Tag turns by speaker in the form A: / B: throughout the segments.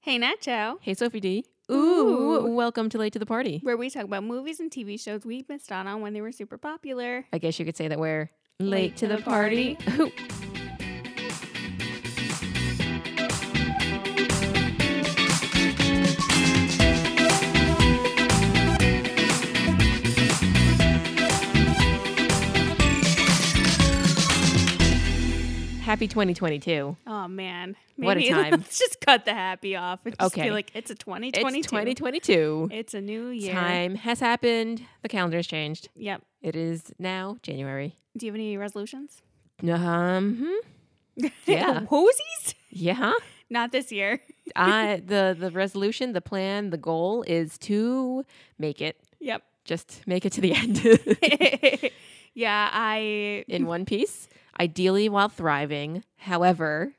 A: Hey Nacho,
B: Hey, Sophie D.
A: Ooh.
B: welcome to Late to the Party.
A: where we talk about movies and TV shows we missed out on when they were super popular.
B: I guess you could say that we're late,
A: to the
B: Happy 2022.
A: Oh man,
B: What a time.
A: Let's just cut the happy off. And just
B: Okay.
A: feel like it's a 2022.
B: It's 2022.
A: It's a new year.
B: Time has happened. The calendar has changed.
A: Yep.
B: It is now January.
A: Do you have any resolutions?
B: Um, hmm. Yeah.
A: Hosies?
B: yeah.
A: Not this year.
B: I, the the resolution, the plan, the goal is to make it.
A: Yep.
B: Just make it to the end.
A: yeah, I
B: in one piece, ideally while thriving. However,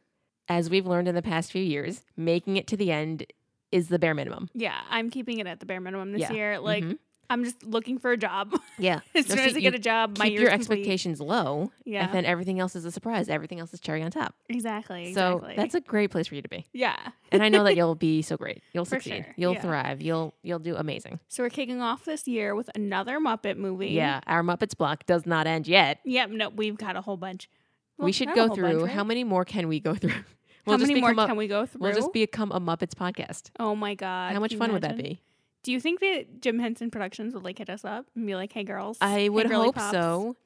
B: as we've learned in the past few years, making it to the end is the bare minimum.
A: yeah, I'm keeping it at the bare minimum this
B: Yeah.
A: year. Like
B: Mhm.
A: I'm just looking for a job.
B: yeah,
A: as
B: No,
A: soon
B: see,
A: as I
B: you
A: get a job, my
B: keep
A: year's
B: your
A: complete.
B: expectations low,
A: Yeah.
B: and then everything else is a surprise. Everything else is cherry on top.
A: Exactly.
B: So
A: Exactly.
B: that's a great place for you to be,
A: yeah.
B: and I know that you'll be so great. You'll
A: For
B: succeed.
A: sure,
B: You'll
A: yeah.
B: thrive. You'll you'll do amazing.
A: So we're kicking off this year with another Muppet movie.
B: Yeah, our Muppets block does not end yet.
A: Yep. No, we've got a whole bunch. Well,
B: we should
A: not a
B: go
A: whole
B: through.
A: bunch, right?
B: How many more can we go through?
A: How many more
B: become a,
A: can we go through?
B: We'll just become a Muppets podcast.
A: oh my god!
B: How much
A: can you
B: fun would that
A: imagine?
B: be?
A: Do you think that Jim Henson Productions would like hit us up and be like, "Hey girls,
B: I
A: hey,
B: would
A: girly
B: hope
A: pops.
B: so.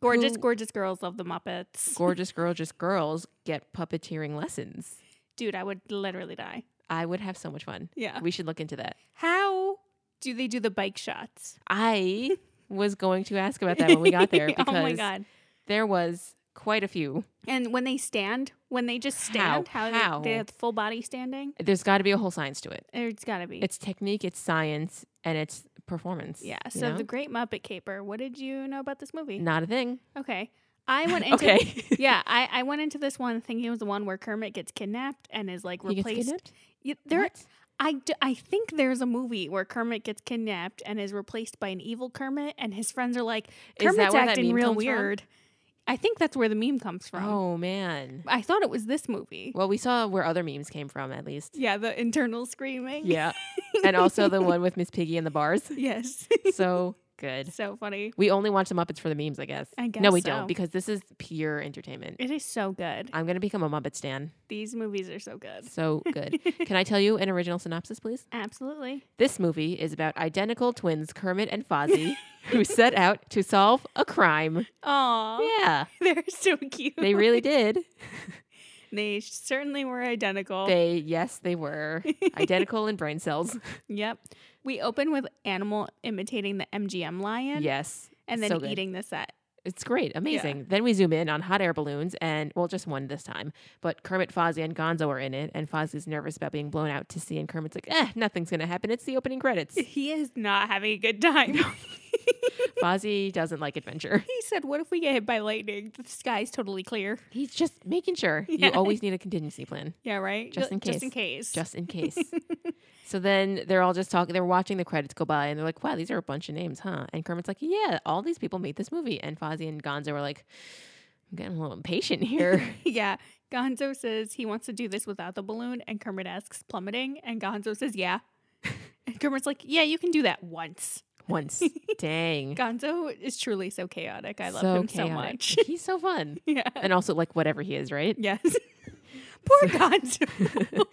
A: Gorgeous,
B: Who-
A: gorgeous girls love the Muppets.
B: Gorgeous girl, just girls get puppeteering lessons.
A: Dude, I would literally die.
B: I would have so much fun.
A: Yeah.
B: We should look into that.
A: How do they do the bike shots?
B: I was going to ask about that when we got there because
A: oh my god!
B: there was quite a few.
A: And when they stand, when they just stand, how, they-
B: How?
A: they, have full body standing?
B: There's got to be a whole science to it.
A: It's gotta be.
B: It's technique, it's science, and it's performance.
A: yeah.
B: you
A: So
B: know?
A: the Great Muppet Caper. What did you know about this movie?
B: not a thing.
A: Okay. I went into
B: Okay.
A: yeah, I, I went into this one thinking it was the one where Kermit gets kidnapped and is like
B: He gets
A: replaced.
B: kidnapped?
A: Yeah, there,
B: What?
A: I, d- I think there's a movie where Kermit gets kidnapped and is replaced by an evil Kermit, and his friends are like,
B: Is that
A: Kermit's
B: where that
A: acting
B: meme
A: real
B: comes from?
A: weird. I think that's where the meme comes from.
B: Oh man.
A: I thought it was this movie.
B: Well, we saw where other memes came from at least.
A: Yeah, the internal screaming.
B: Yeah. and also the one with Miss Piggy and the bars.
A: Yes.
B: So good.
A: so funny.
B: We only watch the Muppets for the memes, I guess.
A: I guess
B: no, we
A: so.
B: don't because this is pure entertainment.
A: It is so good.
B: I'm gonna become a Muppet stan.
A: These movies are so good.
B: So good. Can I tell you an original synopsis, please?
A: Absolutely.
B: This movie is about identical twins Kermit and Fozzie who set out to solve a crime.
A: Aw.
B: Yeah,
A: They're so cute.
B: they really did.
A: They certainly were identical.
B: They yes, they were identical in brain cells.
A: Yep. We open with Animal imitating the MGM lion
B: Yes,
A: and then
B: so good.
A: eating the set.
B: It's great, amazing. Then we zoom in on hot air balloons, and well, just one this time. But Kermit, Fozzie, and Gonzo are in it, and Fozzie's nervous about being blown out to sea, and Kermit's like, "Eh, nothing's gonna happen. It's the opening credits."
A: He is not having a good time.
B: Fozzie doesn't like adventure.
A: he said, What if we get hit by lightning? The sky's totally clear.
B: He's just making sure
A: Yeah.
B: you always need a contingency plan
A: Yeah, right?
B: Just in
A: Just in case.
B: just in case. so then they're all just talking. They're watching the credits go by, and they're like, "Wow, these are a bunch of names, huh?" And Kermit's like, "Yeah, all these people made this movie." And Fozzie and Gonzo were like, "I'm getting a little impatient here."
A: yeah. Gonzo says he wants to do this without the balloon, and Kermit asks plummeting, and Gonzo says, Yeah. and Kermit's like, Yeah, you can do that once.
B: Once, dang.
A: Gonzo is truly so chaotic. I love
B: so
A: him so
B: chaotic.
A: much.
B: He's so fun.
A: yeah.
B: And also like whatever he is, right?
A: Yes. Poor Gonzo.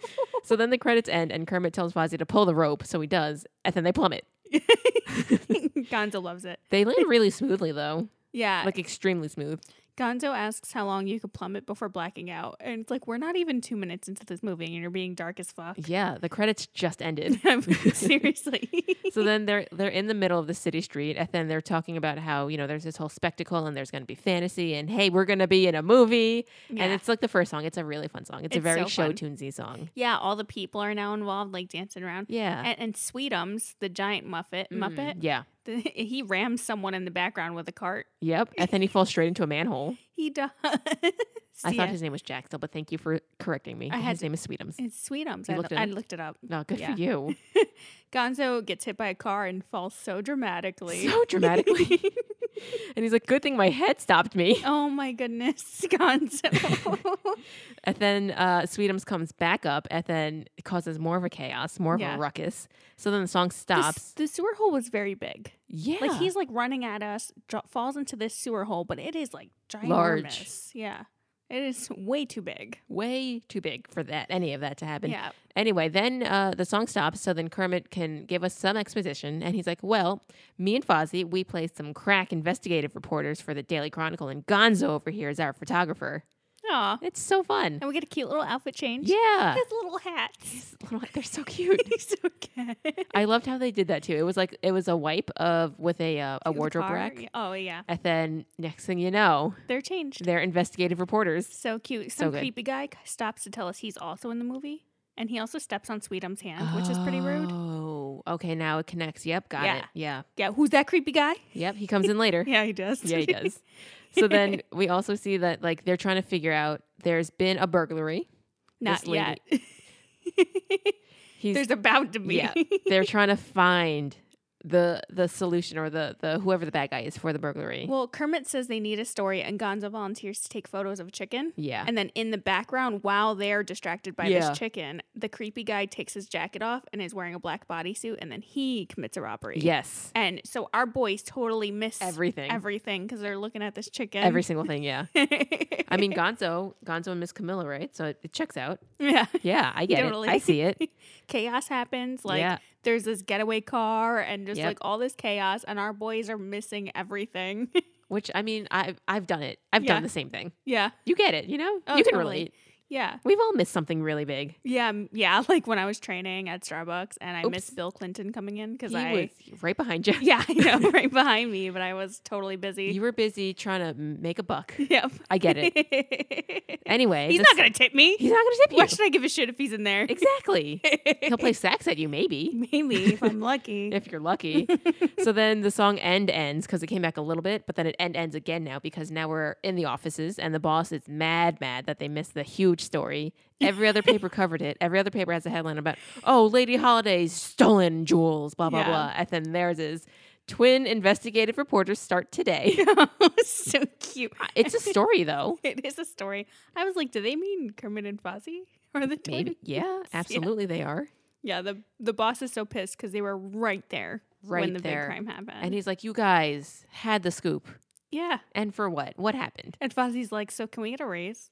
B: So then the credits end and Kermit tells Fozzie to pull the rope, so he does, and then they plummet.
A: Gonzo loves it.
B: They land really smoothly though.
A: Yeah.
B: Like extremely smooth.
A: Gonzo asks how long you could plummet before blacking out. And it's like, we're not even two minutes into this movie and you're being dark as fuck.
B: Yeah, the credits just ended.
A: Seriously.
B: so then they're they're in the middle of the city street and then they're talking about how, you know, there's this whole spectacle and there's gonna be fantasy and hey, we're gonna be in a movie.
A: Yeah.
B: And it's like the first song. It's a really fun song. It's, a
A: It's
B: very
A: so
B: show
A: fun.
B: tunesy song.
A: yeah, all the people are now involved, like dancing around.
B: Yeah. Mm-hmm.
A: And, and Sweetums, the giant Muppet, Muppet,
B: Yeah.
A: the, he rams someone in the background with a cart.
B: Yep. And then he falls straight into a manhole.
A: He does.
B: I
A: Yeah.
B: thought his name was Jack still, but thank you for correcting me.
A: I had
B: his name is Sweetums.
A: It's Sweetums.
B: You
A: I,
B: looked
A: lo-
B: it
A: I
B: up?
A: looked it up.
B: No, good
A: Yeah.
B: for you.
A: Gonzo gets hit by a car and falls so dramatically.
B: so dramatically. And he's like, good thing my head stopped me.
A: Oh my goodness, Gonzo.
B: And then uh, Sweetums comes back up and then it causes more of a chaos, more of
A: Yeah.
B: a ruckus. So then the song stops.
A: The, sewer hole was very big.
B: yeah.
A: Like he's like running at us, dro- falls into this sewer hole, but it is like ginormous.
B: Large.
A: Yeah, it is way too big.
B: way too big for that, any of that to happen.
A: yeah,
B: Anyway, then uh, the song stops, so then Kermit can give us some exposition, and he's like, "Well, me and Fozzie, we play some crack investigative reporters for the Daily Chronicle, and Gonzo over here is our photographer.
A: Aw.
B: It's so fun.
A: and we get a cute little outfit change.
B: Yeah,
A: his little hats.
B: they're so cute.
A: He's so cute.
B: I loved how they did that too. It was like it was a wipe of with a uh,
A: The
B: a wardrobe
A: car.
B: rack,
A: Yeah. Oh yeah,
B: and then next thing you know,
A: they're changed.
B: they're investigative reporters.
A: So cute.
B: So
A: Some
B: good.
A: creepy guy c- stops to tell us he's also in the movie, and he also steps on Sweetum's hand, which is pretty rude.
B: Oh, okay, now it connects. Yep, got
A: Yeah.
B: it. Yeah,
A: Yeah, who's that creepy guy?
B: yep. He comes in later.
A: Yeah, he does.
B: Yeah, he does. So then we also see that like they're trying to figure out there's been a burglary.
A: Not
B: This lady-
A: yet.
B: He's
A: There's about to be.
B: yeah. they're trying to find the the solution or the the whoever the bad guy is for the burglary.
A: well, Kermit says they need a story, and Gonzo volunteers to take photos of a chicken.
B: yeah.
A: And then in the background, while they're distracted by
B: Yeah.
A: this chicken, the creepy guy takes his jacket off and is wearing a black bodysuit, and then he commits a robbery.
B: yes.
A: And so our boys totally miss
B: Everything. Every,
A: everything because they're looking at this chicken.
B: single thing, yeah. I
A: I
B: mean Gonzo, Gonzo and Miss Camilla, right? So it, it checks out.
A: yeah.
B: Yeah, I get
A: Totally.
B: it. I see it.
A: chaos happens. Like
B: Yeah.
A: there's this getaway car and just
B: Yep.
A: like all this chaos, and our boys are missing everything.
B: Which I mean, I've I've done it. I've
A: Yeah.
B: done the same thing.
A: yeah,
B: You get it, you know?
A: Oh,
B: you can
A: totally.
B: relate.
A: yeah,
B: We've all missed something really big.
A: yeah, m- yeah. Like when I was training at Starbucks, and I missed
B: Oops.
A: Bill Clinton coming in because
B: He
A: I.
B: was right behind you.
A: Yeah, I know, right behind me, but I was totally busy.
B: You were busy trying to make a buck.
A: yep.
B: I get it.
A: he's
B: Anyway,
A: not
B: this-
A: going to tip me.
B: He's not going to tip you.
A: Why should I give a shit if he's in there?
B: Exactly. He'll play sax at you, maybe,
A: Maybe if I'm lucky.
B: if you're lucky. so then the song end ends because it came back a little bit, but then it end ends again now because now we're in the offices and the boss is mad, mad that they missed the huge story. Every other paper covered it. Every other paper has a headline about, oh, Lady Holiday's stolen jewels, blah, blah,
A: Yeah.
B: blah. And then theirs is, twin investigative reporters start today.
A: so cute.
B: it's a story, though.
A: It is a story. I was like, do they mean Kermit and Fozzie or the twins?
B: Maybe. Yeah, absolutely they are.
A: Yeah, the the boss is so pissed because they were right there
B: Right
A: when the
B: there.
A: big crime happened.
B: And he's like, you guys had the scoop.
A: yeah,
B: And for what? What happened?
A: and Fozzie's like, so can we get a raise?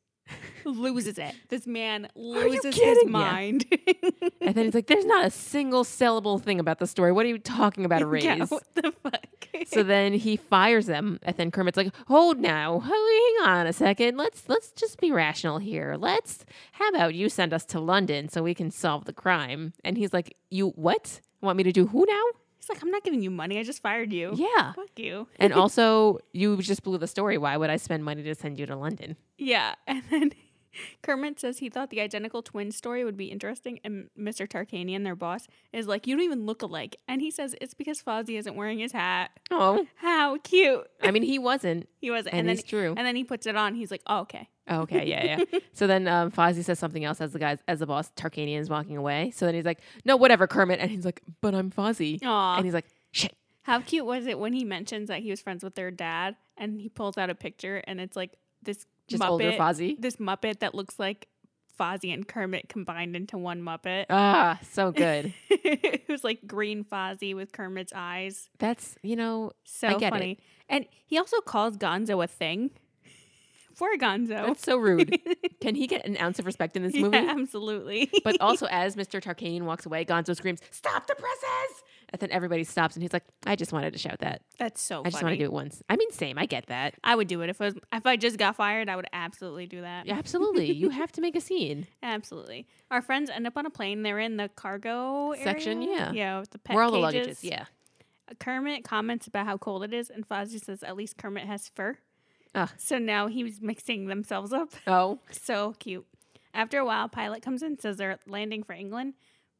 A: loses it. This man
B: you
A: loses his
B: kidding me?
A: mind.
B: And then he's like, there's not a single sellable thing about the story. What are you talking about, a raise?
A: yeah, what the fuck?
B: So then he fires them, and then Kermit's like, "Hold now, hang on a second. Let's let's just be rational here. Let's. How about you send us to London so we can solve the crime?" And he's like, "You what? Want me to do who now?
A: he's like, I'm not giving you money. I just fired you.
B: Yeah.
A: Fuck you.
B: And also, you just blew the story. Why would I spend money to send you to London?
A: Yeah, and then Kermit says he thought the identical twin story would be interesting, and Mr. Tarkanian, their boss, is like, "You don't even look alike." And he says it's because Fozzie isn't wearing his hat.
B: Oh,
A: How cute
B: I mean, he wasn't,
A: he was,
B: and,
A: and, then
B: he's true.
A: and then he puts it on. He's like, "Oh, okay."
B: Oh, okay, yeah, yeah. so then um, Fozzie says something else as the guys, as the boss Tarkanian's walking away. So then he's like, "No, whatever, Kermit," and he's like, "But I'm Fozzie,"
A: Aw.
B: and he's like, "Shit."
A: How cute was it when he mentions that he was friends with their dad and he pulls out a picture and it's like this
B: Just
A: Muppet,
B: older Fozzie.
A: this Muppet that looks like Fozzie and Kermit combined into one Muppet.
B: Ah, so good.
A: it was like green Fozzie with Kermit's eyes.
B: That's you know,
A: So
B: get it.
A: funny. And he also calls Gonzo a thing. Poor Gonzo.
B: that's so rude. Can he get an ounce of respect in this movie?
A: Oh. Yeah, absolutely.
B: But also, as Mr. Tarkanian walks away, Gonzo screams, "Stop the presses!" And then everybody stops, and he's like, "I just wanted to shout that.
A: that's so
B: I
A: funny.
B: just want to do it once. I mean, same. I get that.
A: I would do it if I was if I just got fired, I would absolutely do that.
B: Absolutely, you have to make a scene.
A: Absolutely. Our friends end up on a plane. They're in the cargo
B: Section,
A: area?
B: yeah.
A: Yeah, with the pet
B: Where all the luggage
A: cages.
B: is, yeah.
A: Kermit comments about how cold it is, and Fozzie says at least Kermit has fur.
B: Ah.
A: So now he's mixing themselves up.
B: Oh,
A: so cute. After a while, Pilot comes in says they're landing for England,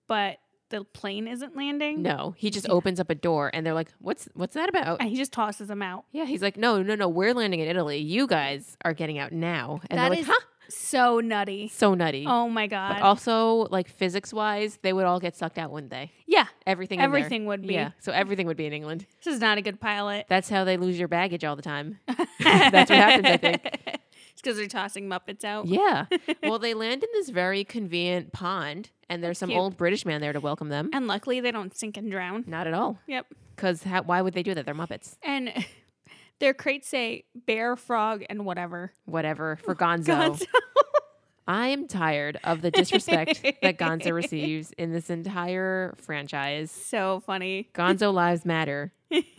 A: but the plane isn't landing.
B: No, he just opens up a door and they're like, "What's what's that about?"
A: And he just tosses them out.
B: yeah, he's like, "No, no, no, we're landing in Italy. You guys are getting out now." And
A: That
B: they're like,
A: is-
B: "Huh?
A: So nutty.
B: So nutty.
A: Oh my god.
B: But also, like physics wise, they would all get sucked out, wouldn't they?
A: yeah.
B: Everything. in there.
A: Everything would be.
B: Yeah. So everything would be in England.
A: This is not a good pilot.
B: That's how they lose your baggage all the time. That's what happens, I think.
A: It's because they're tossing Muppets out.
B: Yeah. well, they land in this very convenient pond, and there's some
A: Cute.
B: old British man there to welcome them.
A: And luckily, they don't sink and drown.
B: Not at all.
A: Yep.
B: Because why would they do that? They're Muppets.
A: And their crates say bear, frog, and whatever.
B: Whatever. For Gonzo.
A: Gonzo.
B: I am tired of the disrespect that Gonzo receives in this entire franchise.
A: So funny.
B: Gonzo Lives Matter.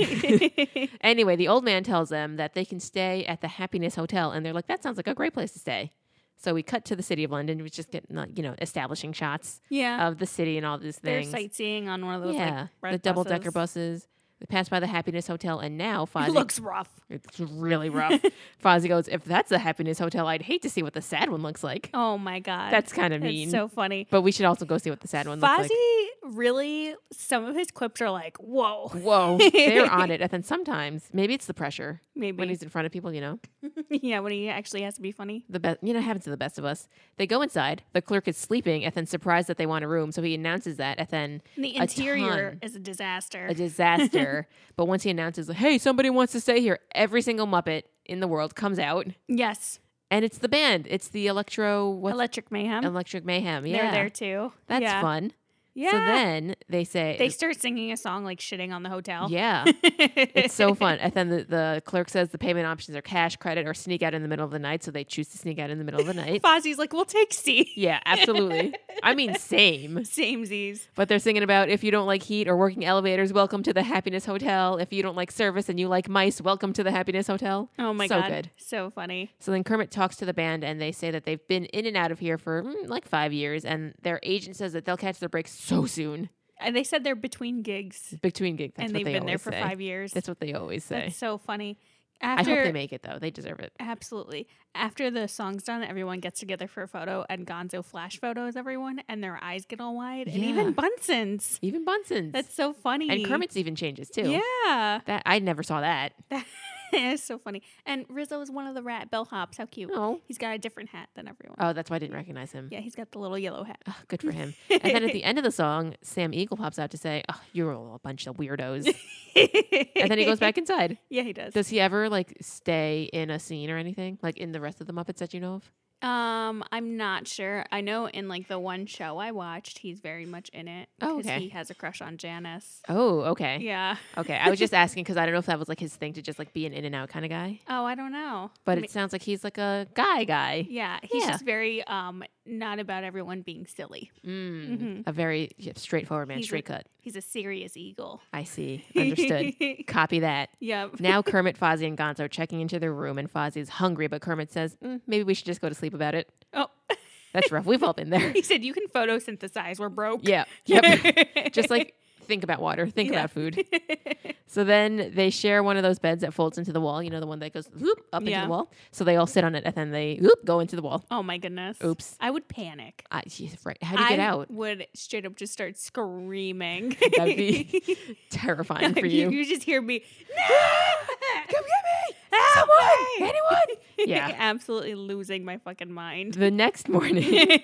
A: yeah.
B: Anyway, the old man tells them that they can stay at the Happiness Hotel, and they're like, "That sounds like a great place to stay." So we cut to the city of London, which just getting like, you know establishing shots of the city and all these
A: They're
B: things.
A: sightseeing on one of those
B: yeah,
A: like
B: the
A: red
B: double decker buses. They pass by the Happiness Hotel, and now
A: It
B: Fozzie
A: looks rough.
B: it's really rough. Fozzie goes, "If that's the Happiness Hotel, I'd hate to see what the sad one looks like."
A: Oh my god.
B: That's kind of
A: That's
B: mean,
A: so funny.
B: but we should also go see what the sad one
A: Fozzie
B: looks like.
A: really some of his quips are like, whoa.
B: Whoa, they're on it. And then sometimes maybe it's the pressure
A: Maybe.
B: when he's in front of people, you know.
A: yeah, when he actually has to be funny.
B: the best you know it happens to the best of us they go inside the clerk is sleeping and then surprised that they want a room so he announces that and then
A: And the
B: A
A: interior
B: ton.
A: is a disaster.
B: a disaster but once he announces hey somebody wants to stay here every single muppet in the world comes out
A: yes.
B: and it's the band it's the electro what's
A: Electric Mayhem.
B: electric mayhem yeah
A: They're there too.
B: that's
A: yeah.
B: fun
A: Yeah.
B: so then they say
A: they start singing a song like shitting on the hotel.
B: yeah it's so fun and then the, the clerk says the payment options are cash credit or sneak out in the middle of the night so they choose to sneak out in the middle of the night
A: Fozzie's like, we'll take C.
B: yeah absolutely i mean same
A: Same Z's.
B: But they're singing about if you don't like heat or working elevators, welcome to the Happiness Hotel. If you don't like service and you like mice, welcome to the Happiness Hotel.
A: Oh my
B: so
A: god.
B: good.
A: So funny.
B: So then Kermit talks to the band and they say that they've been in and out of here for mm, like five years, and their agent says that they'll catch their break so soon
A: And they said they're between gigs
B: between gigs. That's
A: and
B: what
A: they've
B: they
A: been there
B: always
A: for
B: say.
A: five years.
B: That's what they always say.
A: That's so funny.
B: I
A: After
B: hope they make it though. They deserve it.
A: Absolutely. After the song's done, everyone gets together for a photo, and Gonzo flash photos everyone, and their eyes get all wide, and
B: Yeah.
A: even Bunsen's.
B: Even Bunsen's
A: That's so funny.
B: and Kermit's even changes too.
A: Yeah,
B: That I never saw that.
A: it's so funny. And Rizzo is one of the rat bellhops. How cute!
B: No.
A: He's got a different hat than everyone.
B: Oh, that's why I didn't recognize him.
A: yeah, he's got the little yellow hat.
B: Ugh, good for him. and then at the end of the song, Sam Eagle pops out to say, oh, "You're all a bunch of weirdos." and then he goes back inside.
A: Yeah, he does.
B: Does he ever like stay in a scene or anything? Like in the rest of the Muppets that you know of?
A: um, I'm not sure. I know in like the one show I watched, he's very much in it.
B: Oh,
A: 'cause
B: okay.
A: He has a crush on Janice.
B: Oh, okay.
A: Yeah.
B: Okay. I was just asking because I don't know if that was like his thing to just like be an in and out kind of guy.
A: Oh, I don't know.
B: But
A: I
B: it sounds like he's like a guy guy.
A: Yeah, he's
B: Yeah.
A: just very um not about everyone being silly.
B: Mm, A very yeah, straightforward man,
A: He's a-
B: straight cut.
A: He's a serious eagle.
B: I see. Understood. Copy that.
A: yeah.
B: Now Kermit, Fozzie, and Gonzo are checking into their room, and Fozzie is hungry, but Kermit says, "Mm, maybe we should just go to sleep about it.
A: Oh,
B: That's rough. We've all been there.
A: he said you can photosynthesize. We're broke.
B: Yeah. Yep. Just like think about water, think
A: Yeah.
B: about food. So then they share one of those beds that folds into the wall, you know, the one that goes whoop up into
A: Yeah.
B: the wall. So they all sit on it and then they whoop go into the wall.
A: oh my goodness.
B: Oops.
A: I would panic.
B: Ah, jeez, right. How do you get
A: I
B: out?
A: Would straight up just start screaming.
B: That'd be terrifying for
A: you,
B: you.
A: you just hear me.
B: Come get
A: Someone!
B: Anyone? Yeah.
A: Absolutely losing my fucking mind.
B: The next morning,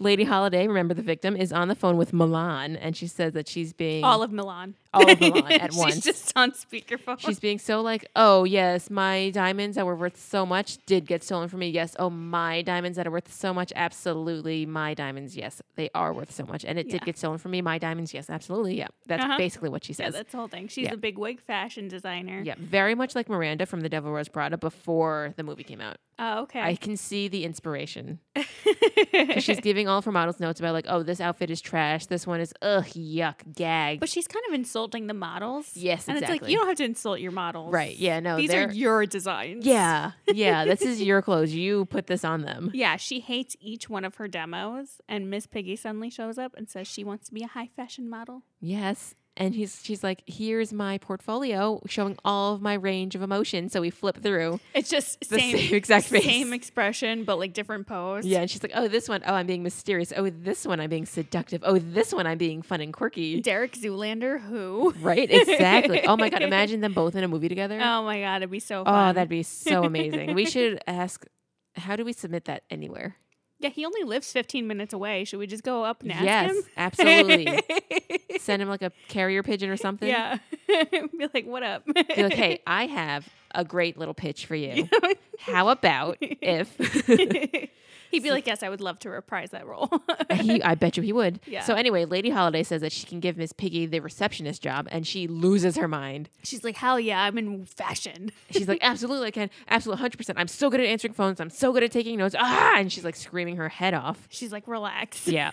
B: Lady Holiday, remember the victim, is on the phone with Milan and she says that she's being
A: All of Milan.
B: All of Milan at
A: She's
B: once.
A: just on speakerphone.
B: She's being so like, oh yes, my diamonds that were worth so much did get stolen from me. Yes, oh my diamonds that are worth so much, absolutely my diamonds. Yes, they are worth so much, and it did
A: Yeah.
B: get stolen from me. My diamonds, yes, absolutely. Yeah, that's
A: Uh-huh.
B: basically what she
A: yeah,
B: says.
A: that's the whole thing. She's
B: Yeah.
A: a big wig fashion designer.
B: Yeah, very much like Miranda from The Devil Wears Prada before the movie came out.
A: Oh, okay.
B: I can see the inspiration. 'Cause she's giving all of her models notes about like, oh, this outfit is trash. This one is ugh, yuck, gag.
A: But she's kind of insulting the models.
B: Yes,
A: and it's like
B: exactly.
A: you don't have to insult your models.
B: Right, yeah, no,
A: These
B: they're-
A: are your designs.
B: yeah, yeah, this is your clothes. You put this on them.
A: Yeah, she hates each one of her demos, and Miss Piggy suddenly shows up and says she wants to be a high fashion model.
B: Yes. And he's she's like, here's my portfolio showing all of my range of emotion. So we flip through.
A: It's just
B: The
A: same,
B: same exact face.
A: same expression, but like different pose.
B: Yeah, and she's like, oh, this one, oh, I'm being mysterious. Oh, this one, I'm being seductive. Oh, this one, I'm being fun and quirky.
A: Derek Zoolander, who?
B: Right? Exactly. oh my god, imagine them both in a movie together.
A: Oh my god, Oh it'd be so.
B: oh,
A: Fun.
B: that'd be so amazing. we should ask How do we submit that anywhere?
A: Yeah, he only lives 15 minutes away. Should we just go up and ask
B: yes,
A: him?
B: absolutely. Send him like a carrier pigeon or something.
A: yeah. Be like, what up?
B: Be like, hey, I have a great little pitch for you. How about if
A: He'd be like, yes, I would love to reprise that role.
B: he, I bet you he would.
A: Yeah.
B: So anyway, Lady Holiday says that she can give Miss Piggy the receptionist job, and she loses her mind.
A: She's like, hell yeah, I'm in fashion.
B: She's like, absolutely, I can, absolutely, hundred percent. I'm so good at answering phones. I'm so good at taking notes. Ah, and she's like screaming her head off.
A: She's like, relax.
B: Yeah.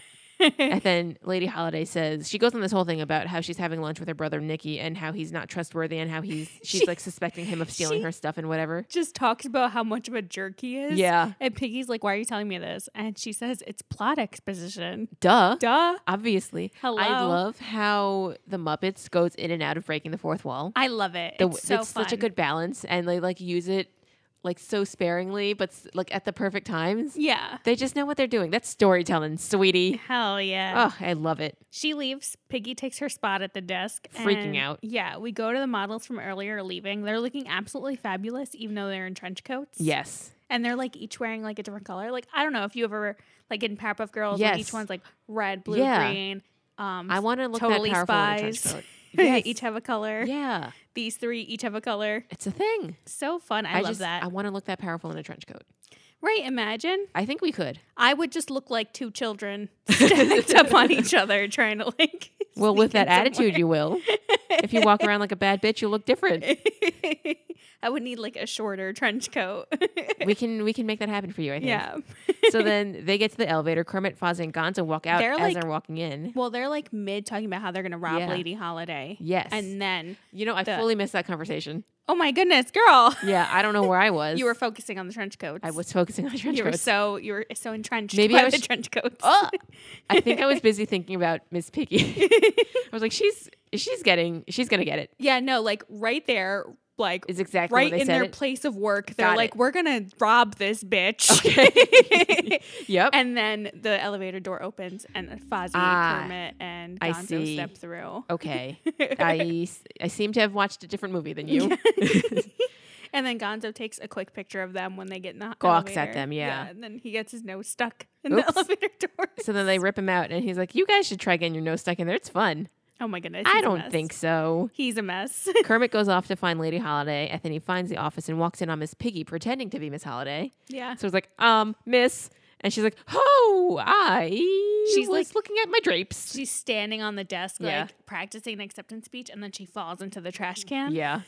B: and then Lady Holiday says she goes on this whole thing about how she's having lunch with her brother Nicky and how he's not trustworthy and how he's she's
A: She-
B: like suspecting him of stealing
A: she-
B: her stuff and whatever.
A: Just talks about how much of a jerk he is.
B: Yeah.
A: And Piggy's like, why are you telling me this? And she says, it's plot exposition.
B: Duh.
A: Duh.
B: Obviously. I
A: Hello.
B: love how the Muppets goes in and out of breaking the fourth wall.
A: I love it.
B: The,
A: it's so fun.
B: such a good balance and they like use it like so sparingly but s- like at the perfect times.
A: Yeah.
B: They just know what they're doing. That's storytelling, sweetie.
A: Hell yeah.
B: Oh, I love it.
A: She leaves. Piggy takes her spot at the desk.
B: Freaking
A: and-
B: out.
A: Yeah. We go to the models from earlier leaving. They're looking absolutely fabulous, even though they're in trench coats.
B: Yes.
A: And they're like each wearing like a different color. Like, I don't know if you ever, like in Powerpuff Girls, like
B: Yes.
A: each one's like red, blue,
B: Yeah.
A: green. Um,
B: I want to look
A: totally
B: that powerful in a trench
A: spies.
B: coat.
A: they
B: Yes.
A: each have a color.
B: Yeah.
A: These three each have a color.
B: It's a thing.
A: So fun. I, love
B: just,
A: that.
B: I want to look that powerful in a trench coat.
A: right. Imagine
B: I think we could.
A: I would just look like two children stacked up on each other trying to like.
B: Well, with
A: sneak
B: that
A: in
B: attitude, you will. If you walk around like a bad bitch, you look different.
A: somewhere. I would need like a shorter trench coat.
B: We can we can make that happen for you. I think.
A: yeah.
B: So then they get to the elevator. Kermit, Fozzie, and Gonzo walk out
A: They're
B: as
A: like-
B: they're walking in.
A: Well, they're like mid talking about how they're going to rob
B: Yeah.
A: Lady Holiday.
B: Yes.
A: And then,
B: you know, I
A: the-
B: fully missed that conversation.
A: oh my goodness, girl.
B: Yeah, I don't know where I was.
A: You were focusing on the trench coats.
B: I was focusing on trench
A: You were
B: coats.
A: so you were so entrenched
B: Maybe
A: Maybe by
B: I was
A: the
B: sh-
A: trench coats.
B: Oh, I think I was busy thinking about Miss Piggy. I was like, she's she's getting she's gonna get it.
A: Yeah, no, like right there, like
B: Is exactly
A: right
B: what they
A: in
B: said.
A: their
B: it.
A: place of work. They're
B: Got
A: like,
B: it.
A: we're gonna rob this bitch.
B: Okay. yep.
A: and then the elevator door opens and Fozzie,
B: Ah,
A: Kermit, and
B: I
A: Gonzo
B: see. Oh.
A: step through.
B: Okay. I, s- I seem to have watched a different movie than you.
A: And then Gonzo takes a quick picture of them when they get in the
B: Gawks at
A: elevator.
B: them, yeah.
A: And then he gets his nose stuck in
B: Oops.
A: the elevator door.
B: so then they rip him out, and he's like, You guys should try getting your nose stuck in there. It's fun.
A: Oh my goodness.
B: I
A: he's a
B: don't
A: mess.
B: think so.
A: He's a mess.
B: Kermit goes off to find Lady Holiday, and then he finds the office and walks in on Miss Piggy pretending to be Miss Holiday.
A: yeah.
B: So he's like, Um, Miss. And she's like, Oh, I. She's
A: She's
B: was
A: like-
B: looking at my drapes.
A: She's standing on the desk,
B: Yeah.
A: like practicing an acceptance speech, and then she falls into the trash can.
B: Yeah.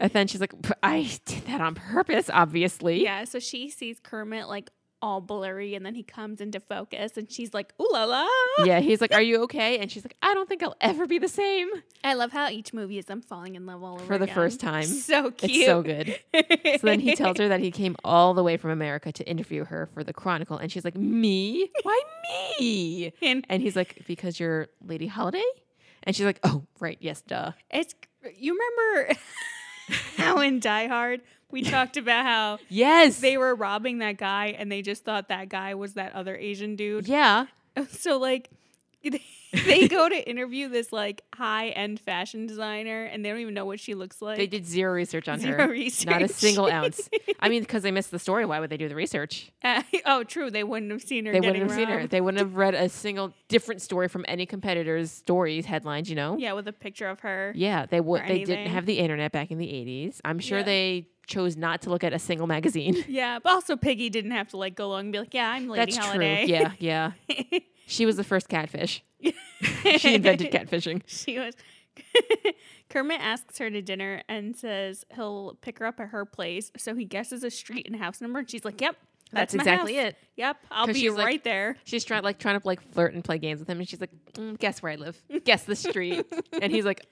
B: and then she's like, "P- I did that on purpose, obviously.
A: Yeah, so she sees Kermit like all blurry, and then he comes into focus, and she's like, "Ooh la la!"
B: Yeah, he's like, Are you okay? And she's like, I don't think I'll ever be the same
A: I love how each movie is them falling in love all over
B: for the
A: again.
B: first time.
A: So cute.
B: It's so good.
A: good.
B: So then he tells her that he came all the way from America to interview her for the Chronicle, and she's like, "Me? Why me?"
A: and
B: And he's like, "Because you're Lady Holiday." And she's like, "Oh, right, yes, duh."
A: it's you remember how in Die Hard we talked about how
B: Yes,
A: they were robbing that guy, and they just thought that guy was that other Asian dude.
B: yeah,
A: So like they- they go to interview this like high-end fashion designer and they don't even know what she looks like.
B: they did zero research on
A: Zero
B: her,
A: research.
B: not a single ounce. I mean, because they missed the story. Why would they do the research?
A: Uh, oh, true. They wouldn't have seen her.
B: They wouldn't
A: getting
B: have seen her.
A: robbed.
B: They wouldn't have read a single different story from any competitor's stories headlines. You know?
A: Yeah, with a picture of her.
B: Yeah, they would. They didn't
A: anything.
B: have the internet back in the '80s. I'm sure
A: Yeah.
B: they chose not to look at a single magazine.
A: Yeah, but also Piggy didn't have to like go along and be like, "Yeah, I'm Lady
B: That's
A: Holiday."
B: true. Yeah, yeah. She was the first catfish. She invented catfishing.
A: She was. Kermit asks her to dinner and says he'll pick her up at her place. So he guesses a street and house number, and she's like, "Yep, that's,
B: That's exactly it.
A: it. Yep, I'll
B: 'Cause
A: be
B: she's like-
A: right there."
B: She's trying like trying to like flirt and play games with him, and she's like, "Mm, "Guess where I live? Guess the street." and he's like,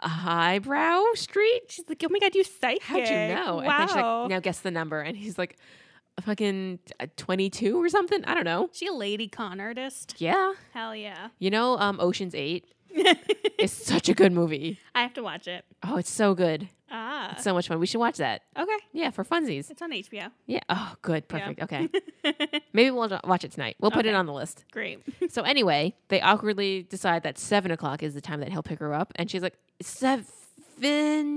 B: "A "Highbrow Street?
A: She's like, "Oh my god, you psychic!
B: How'd you know?"
A: Wow."
B: And then she's like, "Now guess the number." And he's like, "A "Fucking uh, twenty-two or something? I don't know."
A: She a lady con artist?
B: Yeah,
A: Hell yeah!
B: you know, um, Ocean's Eight
A: I
B: is such a good movie.
A: have to watch it.
B: Oh, it's so good,
A: Ah,
B: It's so much fun. We should watch that.
A: okay.
B: Yeah, for funsies.
A: It's on HBO.
B: Yeah. Oh, good, perfect. Okay, maybe we'll watch it tonight. We'll put it
A: Okay.
B: on the list.
A: Great.
B: So anyway, they awkwardly decide that seven o'clock is the time that he'll pick her up, and she's like, seven,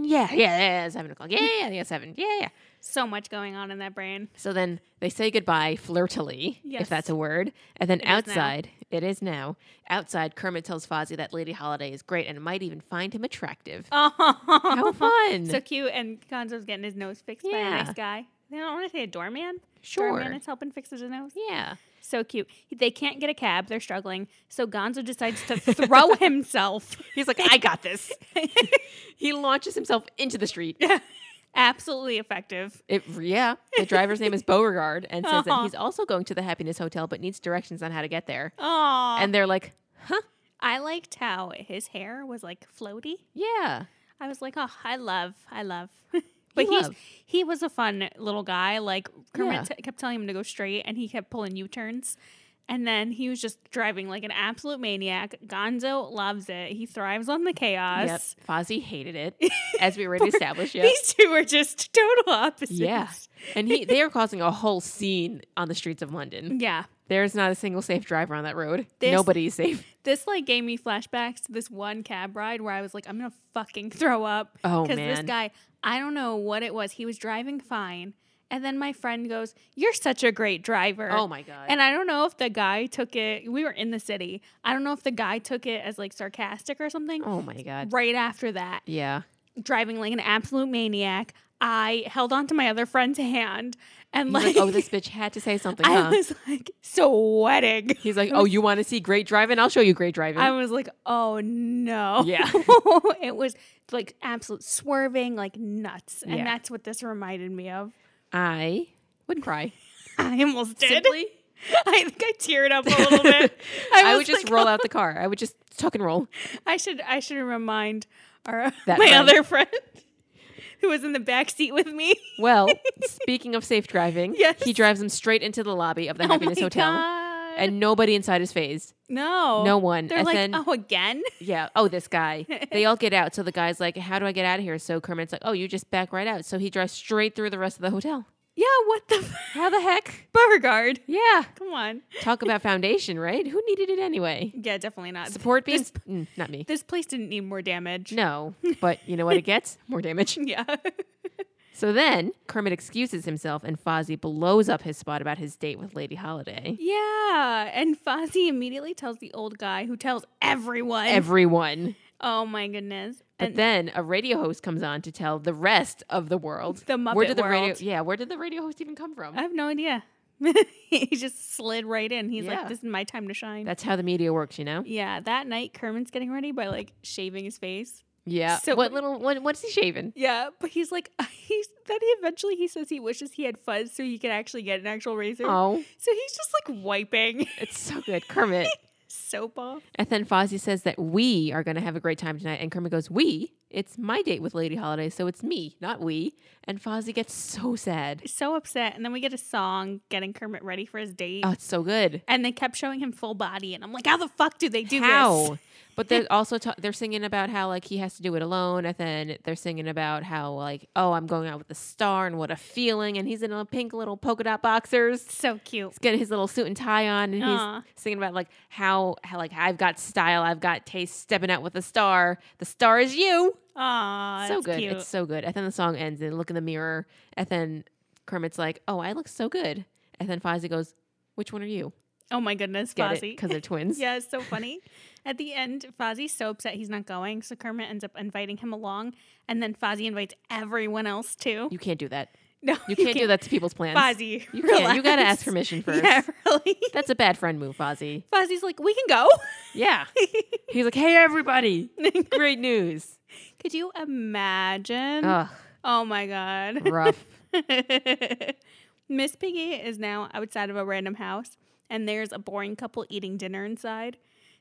B: yeah, yeah, yeah, yeah, seven o'clock, yeah, yeah, yeah, seven, yeah, yeah.
A: So much going on in that brain.
B: So then they say goodbye flirtily,
A: Yes.
B: if that's a word. And then
A: It is now.
B: outside, it is now. Outside, Kermit tells Fozzie that Lady Holiday is great and might even find him attractive.
A: Oh,
B: How fun!
A: So cute, and Gonzo's getting his nose fixed by a
B: Yeah.
A: nice guy. They don't want to say a doorman. Doorman
B: sure.
A: is helping fix his nose.
B: Yeah.
A: So cute. They can't get a cab. They're struggling. So Gonzo decides to throw himself.
B: He's like, I got this. he launches himself into the street.
A: Absolutely effective.
B: It, yeah. The driver's name is Beauregard and says that
A: Aw.
B: he's also going to the Happiness Hotel but needs directions on how to get there.
A: Oh,
B: And
A: and
B: they're like, huh?
A: I liked how his hair was like floaty.
B: Yeah.
A: I was like, oh, I love, I love. but he's
B: love.
A: he was a fun little guy. Like Kermit
B: Yeah.
A: t- kept telling him to go straight, and he kept pulling U turns. And then he was just driving like an absolute maniac. Gonzo loves it. He thrives on the
B: Yep.
A: chaos.
B: Fozzie hated it, as we already established. Yeah.
A: These two are just total opposites.
B: Yeah. And he they are causing a whole scene on the streets of London.
A: Yeah.
B: There's not a single safe driver on that road.
A: There's-
B: Nobody's safe.
A: This like gave me flashbacks to this one cab ride where I was like, I'm gonna fucking throw up.
B: Oh,
A: this
B: man.
A: guy, I don't know what it was. He was driving fine, and then my friend goes, "You're such a great driver."
B: Oh my god.
A: And I don't know if the guy took it. We were in the city. I don't know if the guy took it as like sarcastic or something.
B: oh my god.
A: Right after that,
B: Yeah.
A: driving like an absolute maniac, I held onto my other friend's hand and
B: He's
A: like,
B: like, oh, this bitch had to say something,
A: I
B: huh?
A: was like sweating.
B: He's like, oh, you want to see great driving? I'll show you great driving.
A: I was like, oh no.
B: Yeah.
A: it was like absolute swerving, like nuts. And
B: Yeah.
A: that's what this reminded me of.
B: I would cry.
A: I almost did.
B: Simply.
A: I think I teared up a little bit. I,
B: I
A: was
B: would just
A: like, "Oh,
B: roll out the car. I would just tuck and roll.
A: I should I should remind our
B: That
A: my
B: friend.
A: other friend who was in the back seat with me.
B: Well, speaking of safe driving,
A: Yes. Oh
B: he drives him straight into the lobby of the Happiness
A: my
B: Hotel.
A: God.
B: And nobody inside is phased.
A: no,
B: No one.
A: They're
B: and
A: like,
B: then
A: oh, again.
B: Yeah. Oh, this guy. They all get out. So the guy's like, How do I get out of here? So Kermit's like, Oh, you just back right out. So he drives straight through the rest of the hotel.
A: Yeah, what the f-
B: How the heck?
A: Beauregard?
B: Yeah.
A: Come on.
B: Talk about foundation, right? Who needed it anyway?
A: Yeah, definitely not.
B: Support beams? Mm, not me.
A: This place didn't need more damage.
B: No. But you know what it gets? More damage.
A: Yeah.
B: So then Kermit excuses himself and Fozzie blows up his spot about his date with Lady Holiday.
A: yeah. And Fozzie immediately tells the old guy who tells everyone.
B: Everyone.
A: oh my goodness.
B: But
A: and
B: then a radio host comes on to tell the rest of the world.
A: The
B: where
A: Muppet
B: did the radio
A: world. Uh,
B: Yeah, where did the radio host even come from?
A: I have no idea. he just slid right in. He's like,
B: Yeah.
A: this is my time to shine.
B: That's how the media works, you know?
A: Yeah, that night Kermit's getting ready by like shaving his face.
B: Yeah.
A: So-
B: what little what, what's he shaving?
A: Yeah, but he's like he's then he eventually he says he wishes he had fuzz so he could actually get an actual razor.
B: Oh,
A: So he's just like wiping
B: it's so good, Kermit.
A: soap off.
B: and then Fozzie says that we are going to have a great time tonight, and Kermit goes, "We? It's my date with Lady Holiday, so it's me, not we." And Fozzie gets so sad.
A: So upset. And then we get a song getting Kermit ready for his date.
B: Oh, it's so good.
A: And they kept showing him full body and I'm like, how the fuck do they do
B: how?
A: this?
B: But they're also ta- they're singing about how like he has to do it alone, and then they're singing about how like oh I'm going out with a star and what a feeling, and he's in a pink little polka dot boxers.
A: So cute.
B: he's got his little suit and tie on and
A: Aw.
B: he's singing about like how, how like I've got style, I've got taste, stepping out with a star. The star is you.
A: Aw,
B: so
A: that's
B: good.
A: cute.
B: It's so good. And then the song ends and they look in the mirror. And then Kermit's like, Oh, I look so good. And then Fozzie goes, Which one are you?
A: oh my goodness,
B: Get it?
A: Fozzie.
B: Because they're twins.
A: Yeah, it's so funny. At the end, Fozzie's so upset he's not going, so Kermit ends up inviting him along, and then Fozzie invites everyone else too.
B: You can't do that.
A: no,
B: You can't, do that to people's plans.
A: Fozzie,
B: You can't. You gotta
A: relax.
B: ask permission first.
A: Yeah, really.
B: That's a bad friend move, Fozzie.
A: Fozzie's like, we can go.
B: Yeah. He's like, Hey everybody. Great news.
A: Could you imagine?
B: Ugh,
A: oh my god.
B: rough.
A: Miss Piggy is now outside of a random house, and there's a boring couple eating dinner inside.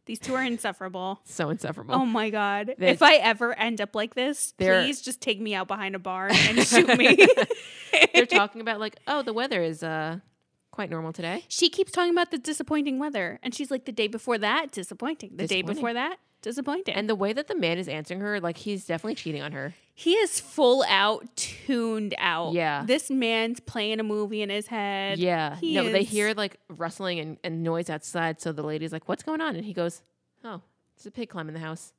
A: These two are insufferable.
B: So insufferable.
A: Oh my god!
B: That-
A: if I ever end up like this,
B: They're-
A: please just take me out behind a barn and shoot me.
B: they're talking about like, oh, the weather is uh quite normal today.
A: she keeps talking about the disappointing weather, and she's like, "The day before that, disappointing. The day
B: Disappointing.
A: before that, disappointing."
B: And the way that the man is answering her, like he's definitely cheating on her.
A: he is full out tuned out.
B: Yeah.
A: this man's playing a movie in his head.
B: Yeah.
A: He
B: no, they
A: is-
B: hear like rustling and, and noise outside. So the lady's like, What's going on? And he goes, Oh, it's a pig climbing the house.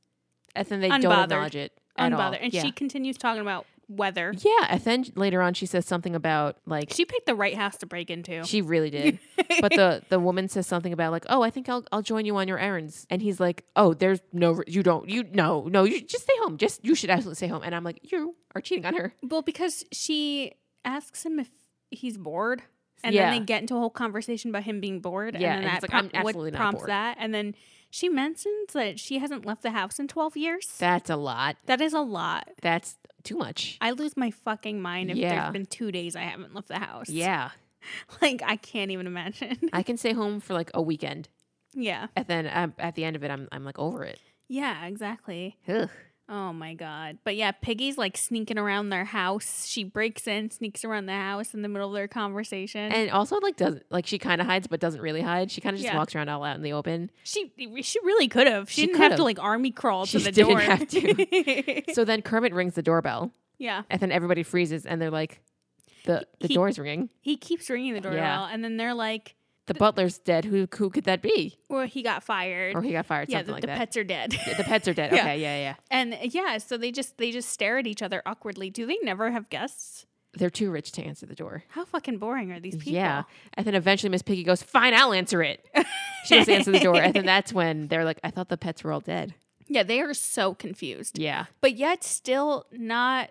B: And then they don't
A: Unbothered.
B: acknowledge it. At all.
A: unbothered, and
B: Yeah.
A: she continues talking about weather.
B: Yeah, and then later on she says something about like
A: She picked the right house to break into.
B: she really did. but the the woman says something about like, "Oh, I think I'll I'll join you on your errands." And he's like, "Oh, there's no re- you don't you no, no, you just stay home. Just you should absolutely stay home." And I'm like, "You are cheating on her."
A: well, because she asks him if he's bored. And
B: Yeah.
A: then they get into a whole conversation about him being bored.
B: Yeah,
A: and
B: and
A: then
B: he's
A: that
B: like, "I'm
A: prom-
B: absolutely
A: what
B: not
A: prompts
B: bored."
A: that. And then she mentions that she hasn't left the house in 12 years.
B: That's a lot.
A: that is a lot.
B: That's too much.
A: I lose my fucking mind if
B: Yeah.
A: there's been two days I haven't left the house.
B: Yeah.
A: Like, I can't even imagine.
B: I can stay home for like a weekend.
A: yeah.
B: And then um, at the end of it, I'm, I'm like over it.
A: Yeah, exactly.
B: Ugh.
A: Oh my god. But yeah, Piggy's like sneaking around their house. She breaks in, sneaks around the house in the middle of their conversation.
B: And also, like, doesn't like she kind of hides, but doesn't really hide. She kind of just
A: Yeah.
B: walks around all out in the open.
A: she she really could have. She,
B: She
A: didn't have
B: could've.
A: to like army crawl
B: She
A: to the
B: didn't
A: door.
B: have So then Kermit rings the doorbell,
A: yeah.
B: and then everybody freezes, and they're like, "the the
A: He-
B: door's ringing.
A: He keeps ringing the doorbell and then they're like,
B: The butler's dead. Who who could that be?
A: "Well, he got fired."
B: Or he got fired,
A: yeah,
B: something
A: the,
B: like
A: the
B: that.
A: pets are dead.
B: Yeah, the pets are dead.
A: Yeah.
B: Okay, yeah, yeah.
A: and yeah, so they just they just stare at each other awkwardly. Do they never have guests?
B: They're too rich to answer the door.
A: How fucking boring are these people?
B: Yeah, and then eventually Miss Piggy goes, "Fine, I'll answer it." She doesn't answer the door, and then that's when they're like, "I thought the pets were all dead."
A: Yeah, they are so confused.
B: Yeah,
A: But yet still not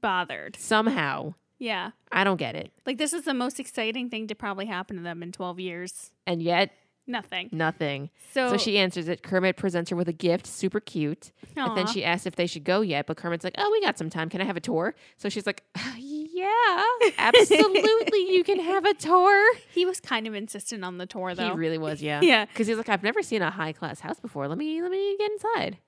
A: bothered.
B: somehow
A: Yeah.
B: I don't get it,
A: Like this is the most exciting thing to probably happen to them in 12 years.
B: and yet
A: Nothing.
B: nothing.
A: So,
B: So she answers it. Kermit presents her with a gift, super cute. And then
A: Aw.
B: she asks if they should go yet, but Kermit's like, "Oh, we got some time. Can I have a tour?" So she's like, "Uh, "Yeah, absolutely. you can have a tour."
A: he was kind of insistent on the tour though.
B: He really was, yeah.
A: yeah.
B: Because he's like, I've never seen a high class house before. Let me let me get inside.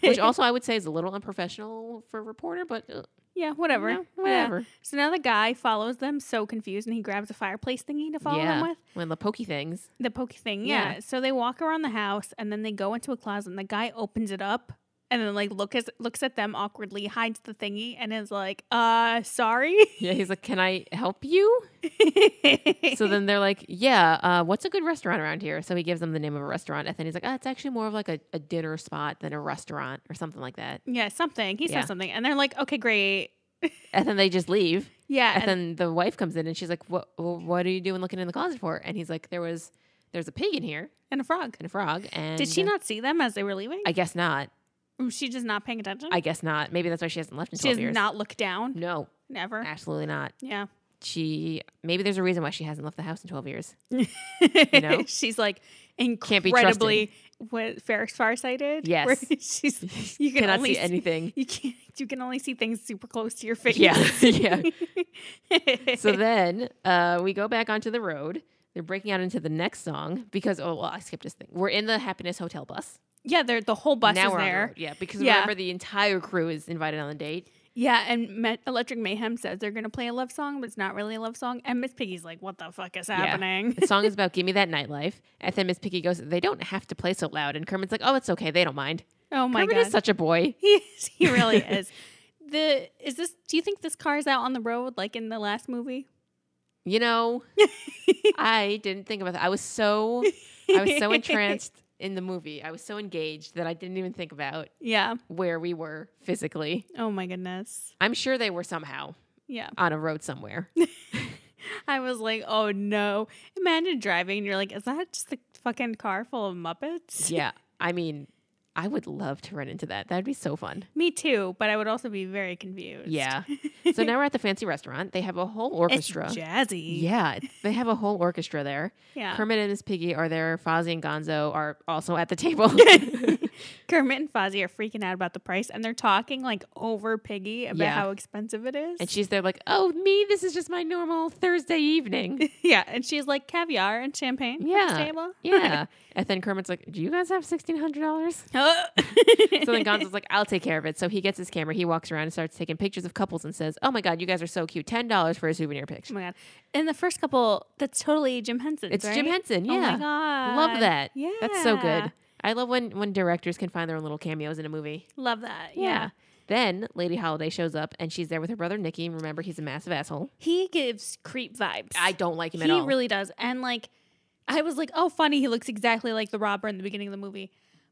B: Which also I would say is a little unprofessional for a reporter, but uh,
A: Yeah, whatever.
B: no,
A: Yeah.
B: whatever.
A: So now the guy follows them so confused and he grabs a fireplace thingy to follow them with.
B: When the pokey things.
A: The pokey thing. Yeah.
B: Yeah.
A: So they walk around the house and then they go into a closet and the guy opens it up and then like look as, looks at them awkwardly, hides the thingy and is like, "Uh, sorry."
B: Yeah, he's like, Can I help you? So then they're like, Yeah, uh, what's a good restaurant around here? So he gives them the name of a restaurant. And then he's like, Oh, it's actually more of like a, a dinner spot than a restaurant or something like that.
A: yeah, something. He
B: Yeah.
A: says something and they're like, "Okay, great."
B: And then they just leave.
A: Yeah.
B: And, then the wife comes in and she's like, What wh- what are you doing looking in the closet for? And he's like, There was there's a pig in here
A: and a frog.
B: and a frog and
A: Did she
B: uh,
A: not see them as they were leaving?
B: I guess not.
A: Was she just not paying attention?
B: I guess not. Maybe that's why she hasn't left in
A: she
B: 12
A: does
B: years.
A: not look down.
B: no,
A: Never.
B: absolutely not.
A: Yeah.
B: She maybe there's a reason why she hasn't left the house in 12 years. know?
A: she's like
B: be trusted.
A: incredibly what far farsighted.
B: Yes.
A: where she's you can
B: Cannot
A: only
B: see anything.
A: You can not you can only see things super close to your face.
B: Yeah, yeah. So then uh, we go back onto the road. They're breaking out into the next song because oh well, I skipped this thing. We're in the Happiness Hotel bus.
A: yeah, there the whole bus
B: now
A: is
B: we're on the
A: there.
B: road. Yeah, because
A: Yeah.
B: remember the entire crew is invited on the date.
A: yeah, and Me- Electric Mayhem says they're gonna play a love song, but it's not really a love song. And Miss Piggy's like, "What the fuck is happening?"
B: The song is about "Give Me That Nightlife," and then Miss Piggy goes, "They don't have to play so loud." And Kermit's like, "Oh, it's okay. They don't mind."
A: oh my
B: Kermit
A: god,
B: is such a boy.
A: he is, he really is. The is this? Do you think this car is out on the road like in the last movie?
B: You know, I didn't think about that. I was so I was so entranced in the movie. I was so engaged that I didn't even think about
A: Yeah.
B: where we were physically.
A: Oh my goodness.
B: I'm sure they were somehow
A: Yeah.
B: on a road somewhere.
A: I was like, oh no. Imagine driving and you're like, is that just a fucking car full of Muppets?
B: yeah. I mean, I would love to run into that. That'd be so fun.
A: Me too, but I would also be very confused.
B: Yeah. So now we're at the fancy restaurant. They have a whole
A: It's
B: orchestra.
A: jazzy.
B: Yeah, they have a whole orchestra there.
A: Yeah.
B: Kermit and Miss Piggy are there. Fozzie and Gonzo are also at the table.
A: Kermit and Fozzie are freaking out about the price and they're talking like over Piggy about
B: Yeah.
A: how expensive it is.
B: and she's there like, "Oh, me, this is just my normal Thursday evening."
A: yeah. And she's like, caviar and champagne. for
B: Yeah.
A: this Table.
B: Yeah. and then Kermit's like, Do you guys have sixteen hundred dollars?
A: oh
B: So then Gonzo's like, I'll take care of it. So he gets his camera, he walks around and starts taking pictures of couples and says, Oh my god, you guys are so cute. Ten dollars for a souvenir
A: Oh
B: picture.
A: my god! And the first couple, that's totally Jim Henson.
B: It's Jim Henson, yeah.
A: Oh my god!
B: Love that.
A: Yeah,
B: That's so good. I love when when directors can find their own little cameos in a movie.
A: Love that. yeah.
B: Then Lady Holiday shows up and she's there with her brother Nicky. Remember, he's a massive asshole.
A: He gives creep vibes.
B: I don't like him at
A: he
B: all.
A: really does. And like, I was like, oh, funny. He looks exactly like the robber in the beginning of the movie,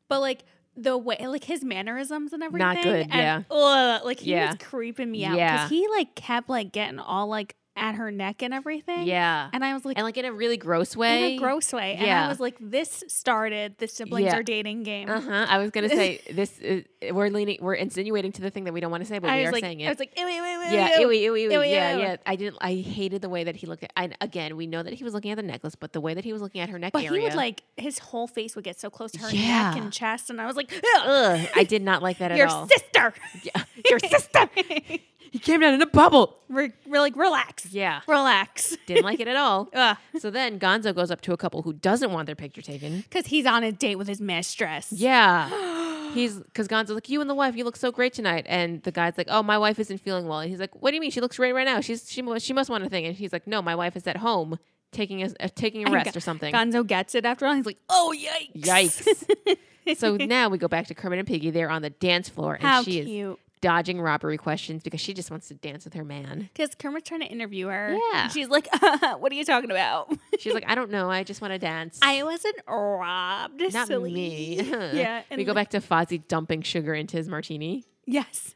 A: but like the way, like his mannerisms and everything.
B: Not good,
A: And, ugh, like he
B: Yeah.
A: was creeping me out
B: Yeah.
A: because he like kept like getting all like at her neck and everything.
B: Yeah.
A: And I was like,
B: And like in a really gross way.
A: in a gross way. And
B: Yeah.
A: I was like, this started the siblings
B: Yeah.
A: are dating game.
B: Uh huh. I was gonna say this. Is, we're leaning. We're insinuating to the thing that we don't want to say, but
A: I
B: we
A: was
B: are
A: like,
B: saying
A: I
B: it.
A: was like, ew, ew, ew, ew,
B: Yeah,
A: ew.
B: ew, ew, ew,
A: Ew,
B: yeah,
A: ew.
B: yeah. I didn't. I hated the way that he looked at. And again, we know that he was looking at the necklace, but the way that he was looking at her neck
A: But
B: area.
A: he would like his whole face would get so close to her
B: Yeah.
A: neck and chest, and I was like,
B: Ugh, I did not like that at
A: your
B: all.
A: sister,
B: Yeah, your sister. He came down in a bubble.
A: we're, we're like, relax,
B: Yeah,
A: relax,
B: didn't like it at all.
A: because
B: So then Gonzo goes up to a couple who doesn't want their picture taken.
A: he's on a date with his mistress.
B: Yeah. He's because Gonzo's like, You and the wife, you look so great tonight. And the guy's like, Oh, my wife isn't feeling well. And he's like, What do you mean? She looks great right now. She's she, mu- she must want a thing. And he's like, No, my wife is at home taking a, uh, taking a
A: And
B: rest
A: Go-
B: or something.
A: Gonzo gets it after all. He's like, oh yikes,
B: Yikes. so now we go back to Kermit and Piggy. They're on the dance floor and
A: How
B: she is
A: cute.
B: dodging robbery questions because she just wants to dance with her man.
A: Because Kermit's trying to interview her.
B: Yeah.
A: And she's like, what are you talking about?
B: She's like, I don't know. I just want to dance.
A: I wasn't robbed.
B: Not
A: silly.
B: me.
A: yeah.
B: we go back to Fozzie dumping sugar into his martini.
A: Yes.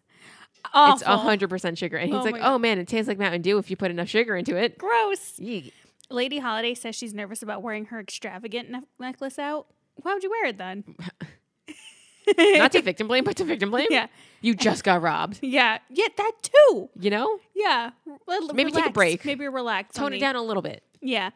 A: Awful.
B: It's hundred percent sugar, and he's
A: Oh
B: like,
A: my God.
B: "Oh man, it tastes like Mountain Dew if you put enough sugar into it."
A: Gross.
B: Yee.
A: Lady Holiday says she's nervous about wearing her extravagant ne- necklace out. Why would you wear it then?
B: Not to victim blame, but to victim blame.
A: yeah.
B: You just got robbed.
A: Yeah. Yeah. That too.
B: You know,
A: Yeah. Well,
B: Maybe take a
A: relax.
B: break.
A: Maybe relax.
B: tone it
A: honey.
B: down a little bit.
A: Yeah.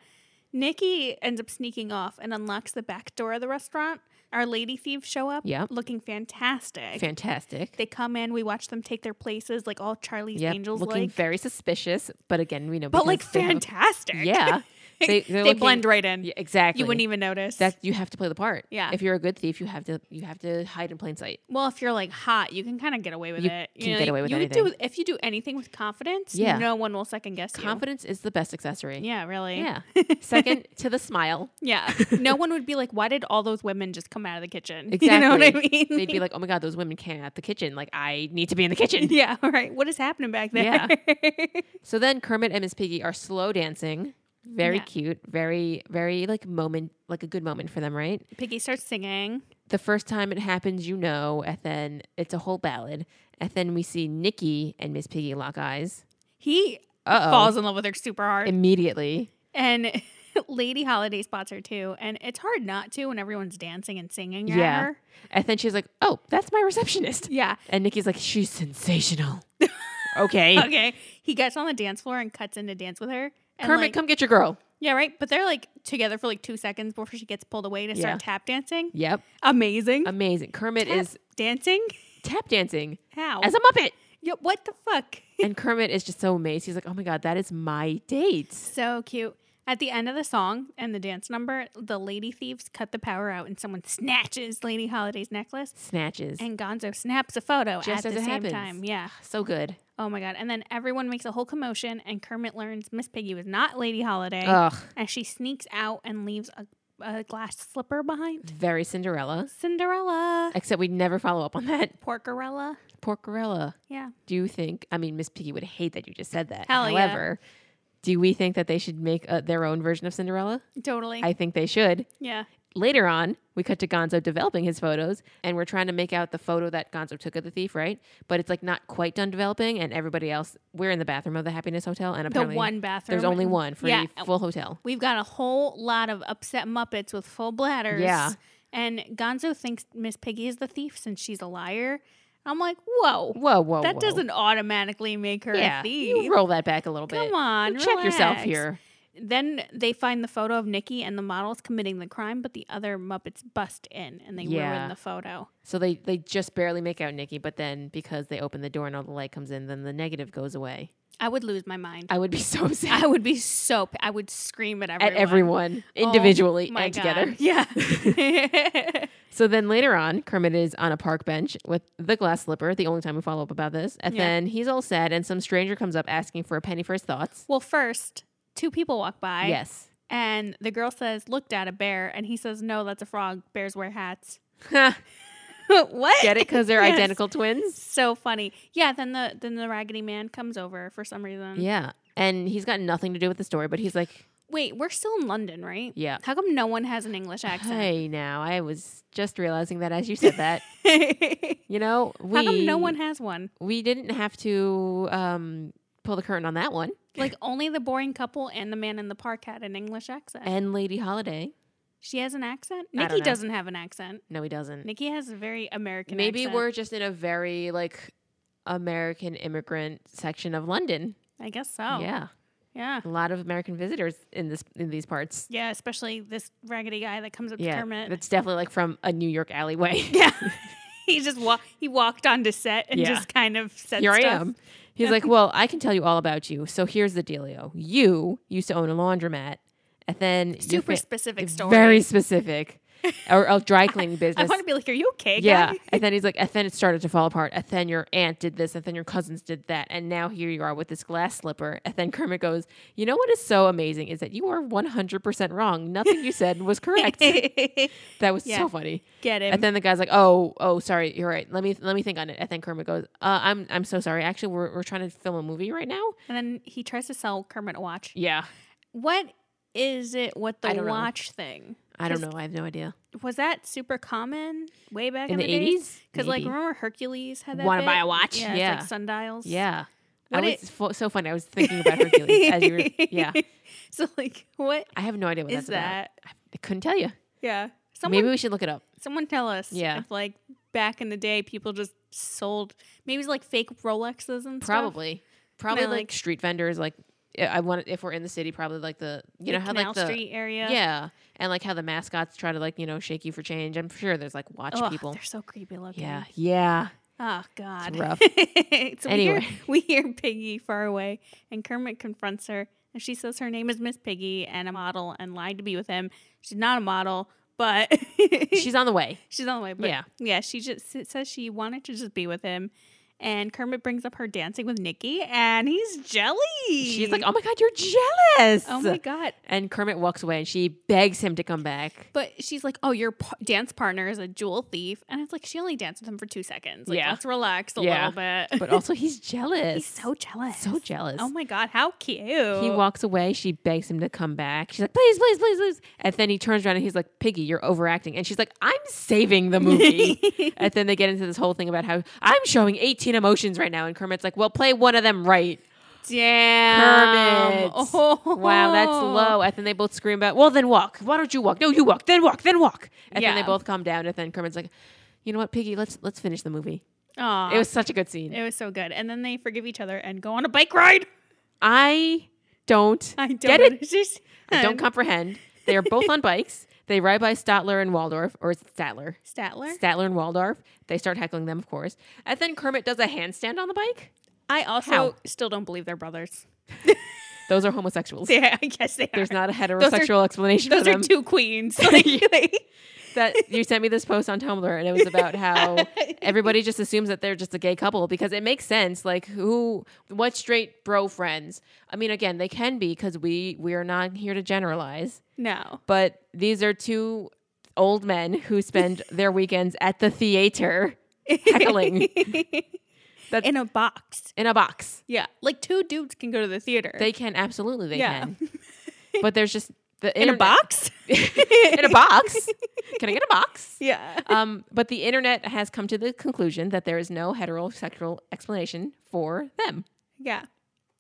A: Nikki ends up sneaking off and unlocks the back door of the restaurant. Our lady thieves show up
B: Yep.
A: looking fantastic.
B: Fantastic.
A: they come in, we watch them take their places, like all Charlie's
B: Yep.
A: Angels
B: looking
A: like.
B: very suspicious, but again, we know.
A: but like
B: because they have a-
A: fantastic.
B: Yeah,
A: they
B: they're looking-
A: blend right in.
B: Yeah, exactly.
A: You wouldn't even notice.
B: That you have to play the part.
A: Yeah.
B: If you're a good thief, you have to you have to hide in plain sight.
A: well, if you're like hot, you can kind of get away with
B: You
A: it.
B: can get
A: like,
B: away with
A: you Do,
B: anything.
A: if you do anything with confidence,
B: Yeah.
A: no one will second guess
B: Confidence is the best accessory.
A: you. Yeah, really.
B: Yeah. Second to the smile.
A: Yeah. no one would be like, why did all those women just come out of the kitchen?
B: Exactly.
A: You know what I mean?
B: They'd be like, "Oh my god, those women can't at the kitchen. Like I need to be in the kitchen."
A: Yeah, all right. What is happening back there?
B: Yeah. So then Kermit and Miss Piggy are slow dancing. Very
A: Yeah.
B: cute. Very, very like moment, like a good moment for them, right?
A: Piggy starts singing.
B: The first time it happens, you know, and then it's a whole ballad. And then we see Nikki and Miss Piggy lock eyes
A: He
B: Uh-oh.
A: falls in love with her super hard.
B: immediately.
A: and Lady Holiday spots her too. And it's hard not to when everyone's dancing and singing
B: Yeah.
A: at her.
B: And then she's like, oh, that's my receptionist.
A: Yeah.
B: And Nikki's like, she's sensational. okay.
A: Okay. He gets on the dance floor and cuts in to dance with her. And
B: Kermit,
A: like-
B: come get your girl.
A: Yeah, right. But they're like together for like two seconds before she gets pulled away to start
B: Yeah.
A: tap dancing.
B: Yep.
A: Amazing.
B: Amazing. Kermit
A: Tap
B: is
A: dancing?
B: tap dancing
A: How?
B: as a Muppet.
A: Yeah, what the fuck?
B: and Kermit is just so amazed. He's like, oh my God, that is my date.
A: So cute. At the end of the song and the dance number, the lady thieves cut the power out and someone snatches Lady Holiday's necklace
B: Snatches.
A: and Gonzo snaps a photo
B: Just
A: at
B: as
A: the
B: it
A: same
B: happens.
A: time. Yeah.
B: so good.
A: Oh my god. And then everyone makes a whole commotion and Kermit learns Miss Piggy was not Lady Holiday
B: Ugh.
A: and she sneaks out and leaves a, a glass slipper behind.
B: Very Cinderella.
A: Cinderella.
B: Except we'd never follow up on that.
A: Porkerella.
B: Porkerella.
A: Yeah.
B: Do you think, I mean, Miss Piggy would hate that you just said that.
A: Hell yeah.
B: However, do we think that they should make uh their own version of Cinderella?
A: Totally.
B: I think they should.
A: yeah.
B: Later on, we cut to Gonzo developing his photos, and we're trying to make out the photo that Gonzo took of the thief, right? But it's like not quite done developing, and everybody else, we're in the bathroom of the Happiness Hotel, and
A: The
B: apparently
A: one bathroom.
B: there's only one for
A: Yeah.
B: the full hotel.
A: We've got a whole lot of upset Muppets with full bladders.
B: Yeah.
A: And Gonzo thinks Miss Piggy is the thief since she's a liar. I'm like, whoa,
B: Whoa, whoa,
A: that
B: whoa.
A: doesn't automatically make her
B: yeah.
A: a thief.
B: You roll that back a little bit.
A: Come on,
B: You check yourself
A: relax.
B: here.
A: Then they find the photo of Nikki and the models committing the crime, but the other Muppets bust in and they
B: Yeah.
A: ruin the photo.
B: So they they just barely make out Nikki, but then because they open the door and all the light comes in, then the negative goes away.
A: I would lose my mind.
B: I would be so
A: I
B: sad
A: would be so. p- I would scream at everyone.
B: at everyone
A: Oh,
B: individually
A: my
B: and
A: God.
B: together.
A: Yeah.
B: So then later on, Kermit is on a park bench with the glass slipper, the only time we follow up about this. And
A: Yeah.
B: then he's all sad, and some stranger comes up asking for a penny for his thoughts.
A: well, first, two people walk by.
B: yes.
A: And the girl says, "Looked at a bear," and he says, "No, that's a frog. Bears wear hats."
B: Get
A: what?
B: it? Because they're
A: Yes.
B: identical twins.
A: So funny. Yeah. Then the then the raggedy man comes over for some reason.
B: Yeah. And he's got nothing to do with the story, but he's like,
A: Wait, we're still in London, right?
B: Yeah.
A: How come no one has an English accent?
B: Hey, now I was just realizing that as you said that, you know, we
A: How come no one has one?
B: we didn't have to um, pull the curtain on that one.
A: Like only the boring couple and the man in the park had an English accent.
B: And Lady Holiday,
A: she has an accent.
B: I don't
A: Nikki
B: know.
A: doesn't have an accent.
B: no, he doesn't.
A: Nikki has a very American.
B: Maybe
A: accent.
B: we're just in a very like American immigrant section of London.
A: I guess so.
B: Yeah,
A: Yeah.
B: a lot of American visitors in this in these parts.
A: Yeah, Especially this raggedy guy that comes up to
B: Yeah,
A: Kermit.
B: that's definitely like from a New York alleyway.
A: yeah. he just wa- he walked onto set and
B: Yeah.
A: just kind of said
B: Here
A: stuff.
B: I am. He's like, well, I can tell you all about you. So here's the dealio. You used to own a laundromat, and then your
A: Super
B: fa-
A: specific story.
B: very specific, or a dry cleaning
A: I
B: business.
A: want to be like, are you okay?
B: Yeah.
A: guy?"
B: And then he's like, and then it started to fall apart. And then your aunt did this. And then your cousins did that. And now here you are with this glass slipper. And then Kermit goes, You know what is so amazing is that you are 100% wrong. Nothing you said was correct. that was
A: Yeah.
B: so funny.
A: Get him.
B: And then the guy's like, Oh, oh, sorry. You're right. Let me, let me think on it. And then Kermit goes, uh, I'm, I'm so sorry. Actually, we're, we're trying to film a movie right now.
A: and then he tries to sell Kermit a watch.
B: Yeah.
A: What is it with
B: I
A: the
B: don't know.
A: watch thing?
B: I don't
A: Just-
B: know. I have no idea.
A: Was that super common way back in,
B: In the
A: days?
B: 80s?
A: Because like
B: Maybe.
A: remember Hercules had that.
B: Wanna
A: bit?
B: buy a watch?
A: Yeah, it's
B: Yeah.
A: like sundials.
B: Yeah.
A: What
B: I
A: it-
B: was fo- so funny. I was thinking about Hercules as you were, yeah.
A: So like, what
B: I have no idea what
A: is
B: that's about.
A: that?
B: I couldn't tell you.
A: Yeah. Someone,
B: Maybe we should look it up.
A: someone tell us.
B: Yeah.
A: If like back in the day, people just sold maybe it's like fake Rolexes and stuff.
B: Probably, probably
A: Then,
B: like,
A: like-
B: street vendors. Like I I want if we're in the city, probably like the you know
A: the
B: how
A: Canal
B: like the
A: Street area.
B: yeah. and like how the mascots try to like you know shake you for change. I'm sure there's like watch
A: Ugh,
B: people.
A: They're so creepy looking.
B: Yeah, yeah.
A: Oh God.
B: rough.
A: It's-
B: Anyway.
A: we hear, we hear Piggy far away, and Kermit confronts her, and she says her name is Miss Piggy and a model, and lied to be with him. She's not a model, but
B: She's on the way.
A: she's on the way. But yeah,
B: Yeah.
A: She just s- says she wanted to just be with him, and Kermit brings up her dancing with Nikki, and he's jelly.
B: She's like, oh my god, you're jealous.
A: oh my God.
B: And Kermit walks away, and she begs him to come back.
A: But she's like, oh, your p- dance partner is a jewel thief, and it's like she only danced with him for two seconds. Like,
B: Yeah.
A: let's relax a
B: Yeah.
A: little bit.
B: But also, he's jealous.
A: he's so jealous.
B: so jealous.
A: Oh my god, how cute.
B: He walks away. She begs him to come back. She's like, please, please, please, please. And then he turns around and he's like, Piggy, you're overacting. And she's like, I'm saving the movie. and then they get into this whole thing about how I'm showing 18 emotions right now. And Kermit's like, well, play one of them right.
A: Damn.
B: Kermit. Wow, that's low. And then they both scream about, well, then walk. Why don't you walk? No, you walk. Then walk. Then walk. And then
A: Yeah.
B: they both calm down. And then Kermit's like, you know what, Piggy, let's let's finish the movie.
A: Aw,
B: It was such a good scene.
A: so good. And then they forgive each other and go on a bike ride.
B: I don't
A: I don't um,
B: get it.
A: understand.
B: I don't comprehend. They are both on bikes. They ride by Statler and Waldorf, or is it Statler?
A: Statler.
B: Statler and Waldorf. They start heckling them, of course. And then Kermit does a handstand on the bike.
A: I also
B: How?
A: still don't believe they're brothers.
B: Those are homosexuals.
A: Yeah, I guess they
B: There's
A: are.
B: not a heterosexual explanation for
A: Those are
B: them.
A: two queens. Like, like-
B: that you sent me this post on Tumblr, and it was about how everybody just assumes that they're just a gay couple because it makes sense. Like who, what straight bro friends? I mean, again, they can be because we we are not here to generalize.
A: no.
B: but these are two old men who spend their weekends at the theater heckling That's-
A: In a box.
B: in a box.
A: Yeah. Like two dudes can go to the theater.
B: They can absolutely they
A: Yeah.
B: can. But there's just the
A: in a
B: internet-
A: box?
B: in a box. Can I get a box?
A: yeah.
B: Um, but the internet has come to the conclusion that there is no heterosexual explanation for them,
A: Yeah.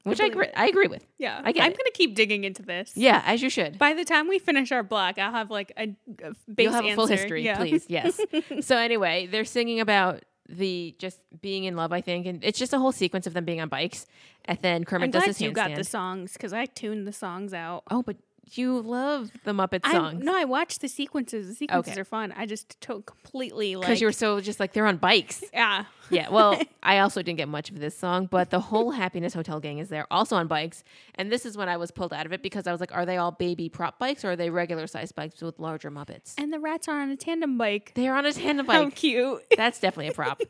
B: which I,
A: believe
B: agree, I agree with.
A: Yeah.
B: I get
A: I'm
B: it.
A: gonna keep digging into this.
B: Yeah, as you should.
A: By the time we finish our block, I'll have like a, a base
B: You'll have a full
A: answer.
B: history,
A: Yeah.
B: please. Yes. so anyway, they're singing about the just being in love, I think, and it's just a whole sequence of them being on bikes, and then Kermit
A: I'm
B: does
A: glad
B: his
A: you
B: handstand.
A: got the songs because I tuned the songs out.
B: Oh, but you love the Muppet
A: I,
B: songs
A: no, I watched the sequences. The sequences
B: Okay.
A: are fun. I just to- completely like
B: because you were so just like they're on bikes.
A: yeah.
B: yeah. Well, I also didn't get much of this song, but the whole Happiness Hotel gang is there, also on bikes, and this is when I was pulled out of it because I was like, are they all baby prop bikes or are they regular sized bikes with larger Muppets?
A: And the rats are on a tandem bike.
B: They're on a tandem
A: How
B: bike.
A: cute!
B: That's definitely a prop.